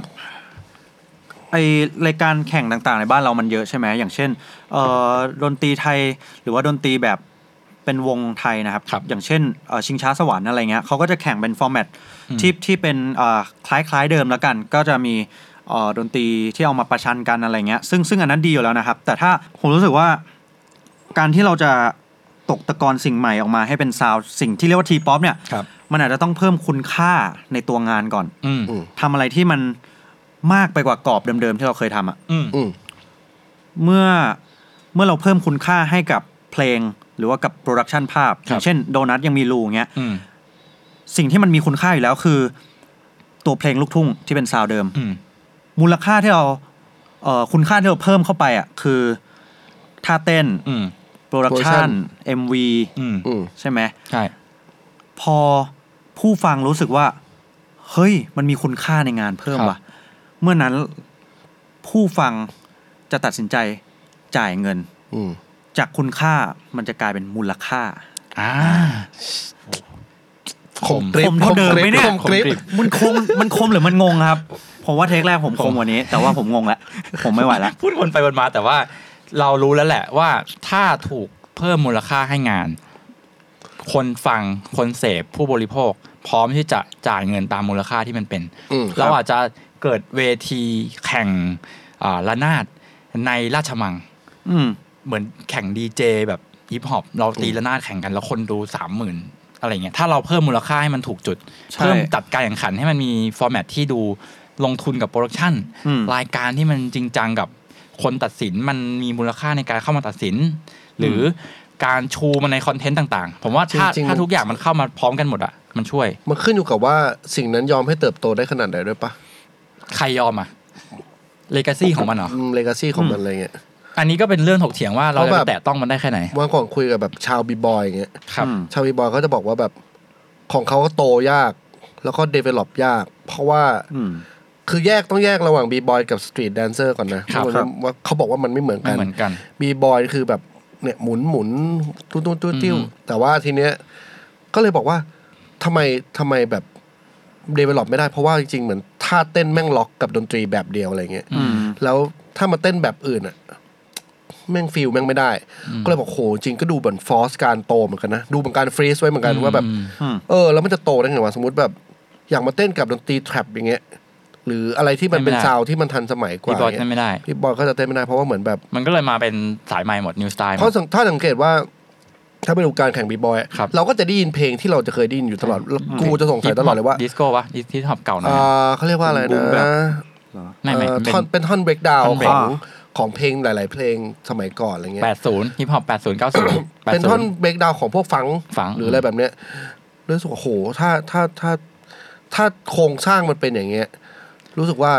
S2: ไอรายการแข่งต่างๆ ในบ้านเรามันเยอะใช่ไหมอย่างเช่นเอ่อดนตรีไทยหรือว่าดนตรีแบบเป็นวงไทยนะครับ
S5: ครับ
S2: อย่างเช่นเอ่อชิงช้าสวรรค์อะไรเงี้ยเขาก็จะแข่งเป็นฟอร์แมต
S5: อืม
S2: ที่ที่เป็นเอ่อคล้ายๆเดิมแล้วกัน ก็จะมีเอ่อดนตรีที่เอามาประชันกันอะไรเงี้ยซึ่งซึ่งอันนั้นดีอยู่แล้วนะครับ แต่ถ้าผมรู้สึกว่า การที่เราจะตกตะกอนสิ่งใหม่ออกมาให้เป็นซาวด์สิ่งที่เรียกว่าทีป๊อปเนี่ย
S5: ครับ
S2: มันอาจจะต้องเพิ่มคุณค่าในตัวงานก่อน
S5: อืม
S2: ทำอะไรที่มันมากไปกว่ากรอบเดิมๆที่เราเคยทำอะ
S5: อืม
S4: อืม
S2: เมื่อเมื่อเราเพิ่มคุณค่าให้กับเพลงหรือว่ากับโปรดักชันภาพ
S5: ครับ
S2: เช่นโดนัทยังมีรูเงี้ย
S5: อืม
S2: สิ่งที่มันมีคุณค่าอยู่แล้วคือ ตัวเพลงลูกทุ่งที่เป็นซาวด์เดิม
S5: อืม
S2: มูลค่าที่เราเอ่อคุณค่าที่เราเพิ่มเข้าไปอ่ะคือท่าเต้น
S5: อืม
S2: โปรดักชัน
S4: Production
S2: MV
S5: อืม
S4: อืม
S2: ใช่ไหม
S5: ใช่
S2: พอผู้ฟังรู้สึกว่า เฮ้ย มันมีคุณค่าในงานเพิ่ม
S5: ครับ
S2: ว่ะ เมื่อนั้นผู้ฟังจะตัดสินใจจ่ายเงิน
S4: อืม
S2: จากคุณค่ามันจะกลายเป็นมูลค่า
S5: อ่า
S4: คมกริบ
S2: ผมเท่าเดิมไหมเนี่ย
S4: คมกริบ
S2: มันคม มันคมหรือมันงงครับ ผมว่าเทคแรกผมคมกว่านี้ แต่ว่าผมงงแล้วผมไม่ไหวแล้ว
S5: พูดวนไปวนมาแต่ว่าเรารู้แล้วแหละว่าถ้าถูกเพิ่มมูลค่าให้งาน คนฟังคนเสพผู้บริโภค พร้อมที่จะจ่ายเงินตามมูลค่าที่มันเป็น
S4: อืมครับ
S5: เราอาจจะเกิดเวทีแข่งอ่าระนาดในราชมัง
S2: อืม
S5: เหมือนแข่งดีเจแบบฮิปฮอปเราตีระนาดแข่งกัน แล้วคนดูสามหมื่นอะไรเงี้ยถ้าเราเพิ่มมูลค่าให้มันถูกจุด
S2: ใช่
S5: เพิ่มจัดการแข่งขันให้มันมีฟอร์แมตที่ดูลงทุนกับโปรดักชัน
S2: อืม
S5: รายการที่มันจริงจังกับคนตัดสินมันมีมูลค่าในการเข้ามาตัดสิน หรือการชูมันในคอนเทนต์ต่างๆ ผมว่าถ้า
S4: จริงๆ
S5: ถ้า
S4: มัน
S5: ทุกอย่างมันเข้ามาพร้อมกันหมดอะมันช่วย
S4: มันขึ้นอยู่กับว่าสิ่งนั้นยอมให้เติบโตได้ขนาดไหนด้วยปะ
S5: ใครยอมอะเลกาซี่ของมันเหรอ
S4: เลกาซี่ของมั
S2: อื
S4: น
S2: ม
S4: อะไรเงี้ย
S5: อันนี้ก็เป็นเรื่องถกเถียงว่าเราจะไปแตะต้องมันได้แค่ไหน
S4: วันก่อนคุยกับแบบชาวบีบอยอย่างเงี้ย
S5: ครับ
S2: อืม
S4: ชาวบีบอยเขาจะบอกว่าแบบของเขาก็โตยาก แล้วก็เดเวล็อปยาก เพราะว่า
S2: อืม
S4: คือแยกต้องแยกระหว่างบีบอยกับสตรีทแดนเซอร์ก่อนนะครับ
S5: ครับ
S4: ว่าเขาบอกว่ามันไม่เหมือน
S5: ไม่
S4: กัน
S5: เหมือนกัน
S4: บีบอยคือแบบเนี่ยหมุนหมุนตุ้นตุ้นตุ้นติ้ว
S5: อืม
S4: แต่ว่าทีเนี้ยก็เลยบอกว่าทำไมทำไมแบบเดเวล็อปไม่ได้เพราะว่าจริงๆเหมือนท่าเต้นแม่งล็อกกับดนตรีแบบเดียวอะไรเงี้ย
S2: อืม
S4: แล้วถ้ามาเต้นแบบอื่นอะแม่งฟิลแม่งไม่ได้ ก็เลยบอกโหจริงก็ดูเหมือนฟอสการโตเหมือนกันนะ ดูเหมือนการฟรีซไว้เหมือนกันว่าแบบ
S5: อืม
S2: อืม
S4: เออ แล้วมันจะโตได้ไงวะสมมติแบบ อยากมาเต้นกับดนตรีแทร็บอย่างเงี้ย หรืออะไรที่มันเป็น
S5: ไม่ได้
S4: ซาวด์ที่มันทันสมัยกว่า
S5: พี่บอย
S4: เงี้
S5: นั่
S4: ย
S5: นไม่ได้
S4: พี่บอยก็จะเต้นไม่ได้เพราะว่าเหมือนแบบ
S5: มันก็เลยมาเป็นสายใหม่หมดนิวสไตล์
S4: เพราะสังถ้าสังเกตว่า ถ้าไปดูการแข่งบีบอยอะ
S5: ครับ
S4: เราก็จะได้ยินเพลงที่เราจะเคยได้ยินอยู่ตลอดแล้วกูจะสงสัยตลอดเลยว่า
S5: ดิสโก้วะดิสที่ท็อปเก่าหน่อย
S4: อ่าเขาเรียกว่าอะไร
S2: บู
S4: นะ
S2: มแบบ
S5: ไม่ไม่
S4: เอ่อ
S5: เป็น
S4: ท่อนเป็นท่อนเบรกดาว
S2: ท่อน
S4: ข
S2: break
S4: องของเพลงหลาย ๆ เพลงสมัยก่อนอะไรเงี้ย
S5: แปดศูนย์ฮิปฮอปแปดศูนย์เก้าศูนย์แปด
S4: เป็น
S5: ศู
S4: ท่อน น
S5: ย์
S4: เบรกดาวน์ของพวกฟังก์
S5: ฟังก์
S4: หรืออะไรแบบเนี้ยรู้สึกว่าโหถ้าถ้าถ้าถ้าโครงสร้างมันเป็นอย่างเงี้ย รู้สึกว่า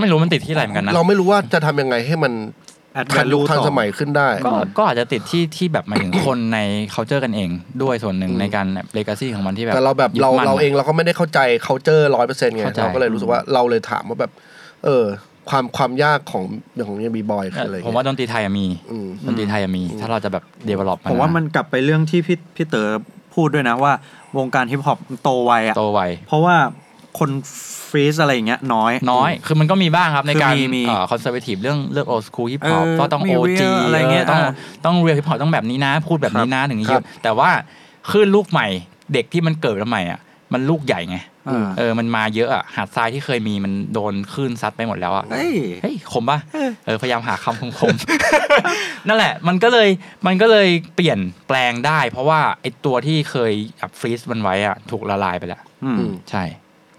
S5: ไม่รู้มันติดที่อะไรเหมือนกันนะ
S4: เราไม่รู้ว่าจะทำยังไงให้มันทันยุคทันสมัยขึ้นได้
S5: ก็ก็อาจจะติดที่ที่แบบหมายถึง คนใน c u เจอร์กันเอง ด้วยส่วนหนึ่งในการเลกาซี่ของมันที่แบบ
S4: แต่เราแบบเรา
S5: ยึดมั่น
S4: เราเองเราก็ไม่ได้เข้าใจ culture ร้อยเปอร์เซ็นต์ไง
S5: เข้าใจ
S4: เราก็เลยรู้สึกว่าเราเลยถามว่าแบบ เออ ความความยากของอย่างของเนี่ยบีบอย
S5: เอ
S4: คืออะไร
S5: อ
S4: เงี้ย
S5: ผมว่าดนตรีไทยอะมี
S4: อืม
S5: ดนตรีไทยอะมี ถ้าเราจะแบบเดเวล็อป
S2: ผมว่ามันกลับไปเรื่องที่พี่พี่เต๋อพูดด้วยนะว่า วงการฮิปฮอปมันโตไวอะ
S5: โตไว
S2: เพราะว่าคนฟรีซอะไรอย่างเงี้ยน้อย
S5: น้อย คือมันก็มีบ้างครับในการ
S2: คือมีมี
S5: คอนเซอร์เวทีฟเรื่องเลือกโอสคูฮิปฮอป
S2: เออ
S5: ก็ต้อง
S2: มี
S5: โอ
S2: real
S5: จี
S2: อะไรเงี้ย
S5: ต้อง
S2: อ่า
S5: ต้องเรียลฮิปฮอปต้องแบบนี้นะ พูดแบบนี้นะถึงจะ
S4: ครับ
S5: แต่ว่าคลื่นลูกใหม่ เด็กที่มันเกิดมาใหม่อ่ะมันลูกใหญ่ไง
S2: อ่า
S5: เออมันมาเยอะอ่ะหาดทรายที่เคยมีมันโดนคลื่นซัดไปหมดแล้วอ่ะ
S2: เฮ้ย
S5: เฮ้ยคมป่ะเออพยายามหาคำคมคมๆ นั่นแหละ มันก็เลยมันก็เลยเปลี่ยนแปลงได้ เพราะว่าไอตัวที่เคยแบบฟรีซมันไว้อะถูกละลายไปแล้ว
S2: อืม
S4: อืม
S5: ใช่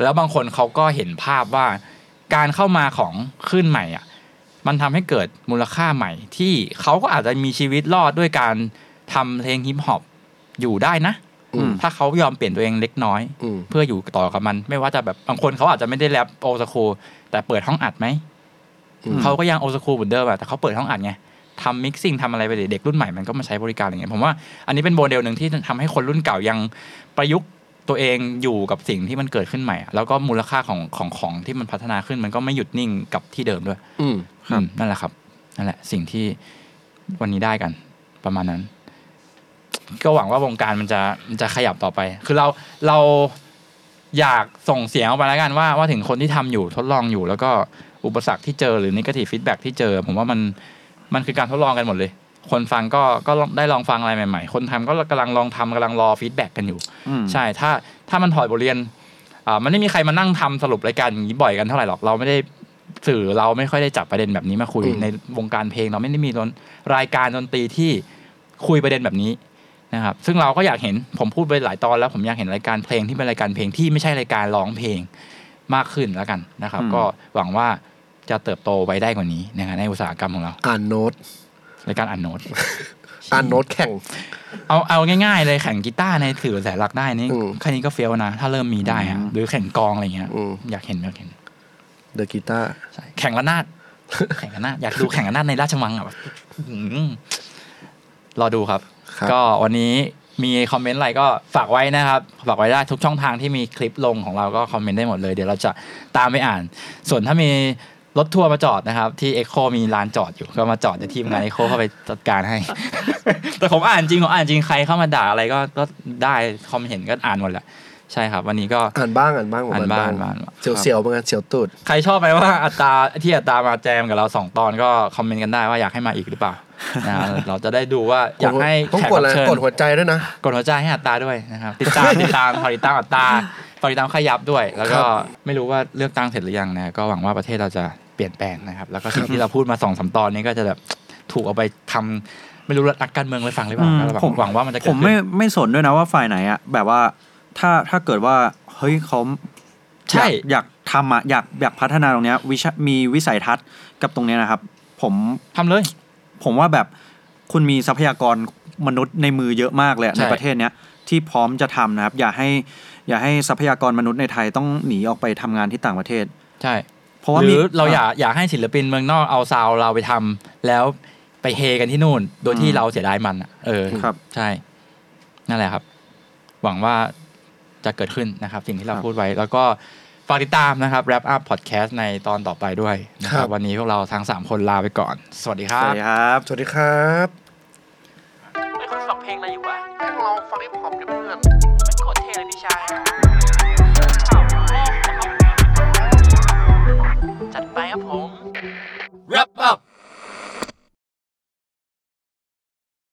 S5: แล้วบางคนเขาก็เห็นภาพว่า การเข้ามาของคลื่นใหม่อ่ะ มันทำให้เกิดมูลค่าใหม่ ที่เขาก็อาจจะมีชีวิตรอดด้วยการทำเพลงฮิปฮอปอยู่ได้นะ
S4: อืม
S5: ถ้าเขายอมเปลี่ยนตัวเองเล็กน้อย
S4: อืม
S5: เพื่ออยู่ต่อกับมัน ไม่ว่าจะแบบบางคนเขาอาจจะไม่ได้แรปโอสคูแต่เปิดห้องอัดไหม
S4: อืม
S5: เขาก็ยังโอสคูเหมือนเดิมอะแต่เขาเปิดห้องอัดไง ทำมิกซิ่งทำอะไรไปเดี๋ยวเด็กรุ่นใหม่มันก็มาใช้บริการอะไรเงี้ยผมว่าอันนี้เป็นโมเดลหนึ่งที่ทำให้คนรุ่นเก่ายังประยุกต์ตัวเองอยู่กับสิ่งที่มันเกิดขึ้นใหม่อะแล้วก็มูลค่าของของของที่มันพัฒนาขึ้นมันก็ไม่หยุดนิ่งกับที่เดิมด้วย
S4: อืม
S2: ครับ
S5: อืมนั่นแหละครับ นั่นแหละ สิ่งที่วันนี้ได้กันประมาณนั้น ก็หวังว่าวงการมันจะมันจะขยับต่อไป คือเราเราอยากส่งเสียงออกไปแล้วกันว่าว่าถึงคนที่ทำอยู่ทดลองอยู่ แล้วก็อุปสรรคที่เจอหรือนิเกทีฟฟีดแบ็ที่เจอ ผมว่ามันมันคือการทดลองกันหมดเลย คนฟังก็ก็ลองได้ลองฟังอะไรใหม่ๆ คนทำก็กำลังลองทำกำลังรอฟีดแบ็กันอยู่
S2: อืม
S5: ใช่ ถ้าถ้ามันถอดบทเรียน อ่า มันไม่มีใครมานั่งทำสรุปรายการอย่างนี้บ่อยกันเท่าไหร่หรอก เราไม่ได้สื่อเราไม่ค่อยได้จับประเด็นแบบนี้มาคุย
S4: อืม
S5: ในวงการเพลงเราไม่ได้มีรนรายการดนตรีที่คุยประเด็นแบบนี้นะครับ ซึ่งเราก็อยากเห็นผมพูดไปหลายตอนแล้วผมอยากเห็นรายการเพลงที่เป็นรายการเพลงที่ไม่ใช่รายการร้องเพลงมากขึ้นแล้วกันนะครับ
S2: อืม
S5: ก็หวังว่าจะเติบโตไปได้กว่านี้นะฮะในอุตสาหกรรมของเรา
S4: อ่านโน้ต
S5: รายการอ่านโน้ต
S4: อ่านโน้ตแข่ง
S5: เอาเอาง่ายๆเลยแข่งกีตาร์ในถือแสนหลักได้นี่
S4: อืม
S5: แค่นี้ก็เฟี้ยวนะ ถ้าเริ่มมีได้อะหรือแข่งกลองอะไรเงี้ย
S4: อืม
S5: อยากเห็นอยากเห็น
S4: เดอะกีตาร์
S5: ใช่แข่งระนาด แข่งระนาดอยากดูแข่งระนาดในราชวังอ่ะแบบอืมรอดูครับ
S4: ครับ
S5: ก็วันนี้มีคอมเมนต์อะไรก็ฝากไว้นะครับ ฝากไว้ได้ทุกช่องทางที่มีคลิปลงของเราก็คอมเมนต์ได้หมดเลย เดี๋ยวเราจะตามไปอ่าน ส่วนถ้ามีรถทัวร์มาจอดนะครับ ที่เอ็กโคมีลานจอดอยู่ ก็มาจอดในทีมงานเอ็กโคเข้าไปจัดการให้ แต่ผมอ่านจริงผมอ่านจริงใครเข้ามาด่าอะไรก็ก็ได้คอมเห็นก็อ่านหมดแหละใช่ครับ วันนี้ก็
S4: อ่านบ้างอ่านบ้างผมอ่านบ้าง
S5: อ่านบ้างอ่านบ้าง
S4: เสียวเสียวๆเหมือนกันเสียวตูด
S5: ใครชอบไหมว่าอัตราที่อัตรามาแจมกับเราสองตอนก็คอมเมนต์กันได้ว่าอยากให้มาอีกหรื อเปล่านะเราจะได้ดูว่าอยากให้
S4: ต้อง
S5: แขก
S4: กดอะ
S5: รั
S4: ไร
S5: บเชิญ
S4: กดหัวใจด้วยนะ
S5: กดหัวใจให้อัตตาด้วยนะครับติดตาม ติดตามพอติดตามอัตตาพอติดตามขยับด้วย แล้วก็ไม่รู้ว่าเลือกตั้งเสร็จหรือยังนะก็หวังว่าประเทศเราจะเปลี่ยนแปลงนะครับ แล้วก็สิ่งที่เราพูดมาสองสามตอนนี้ก็จะแบบถูกเอาไปทำไม่รู้รักการเมืองเลยฟังหรือเปล่า
S2: อืม
S5: ก็หวัง
S2: ผม
S5: หวังว่ามันจะ
S2: ผ
S5: เกิด
S2: ม
S5: ขึ้
S2: ไม่
S5: น
S2: ไม่สนด้วยนะว่าฝ่ายไหนอะแบบว่าถ้าถ้าเกิดว่าเฮ้ยเขา
S5: ใช่
S2: อยากอยากทำอะอยากอยากพัฒนาตรงเนี้ยวิชามีวิสัยทัศน์กับตรงเนี้ยนะครับ ผม
S5: ทำเลย
S2: ผมว่าแบบคุณมีทรัพยากรมนุษย์ในมือเยอะมากเลยอะ
S5: ใช่
S2: ในประเทศเนี้ยที่พร้อมจะทำนะครับ อย่าให้อย่าให้ทรัพยากรมนุษย์ในไทยต้องหนีออกไปทำงานที่ต่างประเทศ
S5: ใช่
S2: เพราะว่า
S5: ห
S2: มี
S5: รือเราอยากอยากให้ศิลปินเมืองนอกเอาซาวเราไปทำแล้วไปเฮกันที่นู่น โดยที่
S2: อืม
S5: เราเสียดายมันอะเออ
S2: ครับ
S5: ใช่ นั่นแหละครับ หวังว่าจะเกิดขึ้นนะครับ สิ่งที่เราพูดไว้ แล้วก็ฝากติดตามนะครับ Wrap Up Podcast ในตอนต่อไปด้วยนะค
S4: ค
S5: รั
S4: รับ บ
S5: วันนี้พวกเราทั้ง 3 คนลาไปก่อน สวัสดีค
S2: สวั
S5: รับ
S2: สดีครับ
S4: สวัสดีครับ
S3: ไม่คุณฟังเพลงอะไรอยู่วะ
S8: แม่งลองฟังฮิปฮอปดิเพื่อน
S3: ไม่โคตรเท่เลยพี่ชายจัดไปครับผม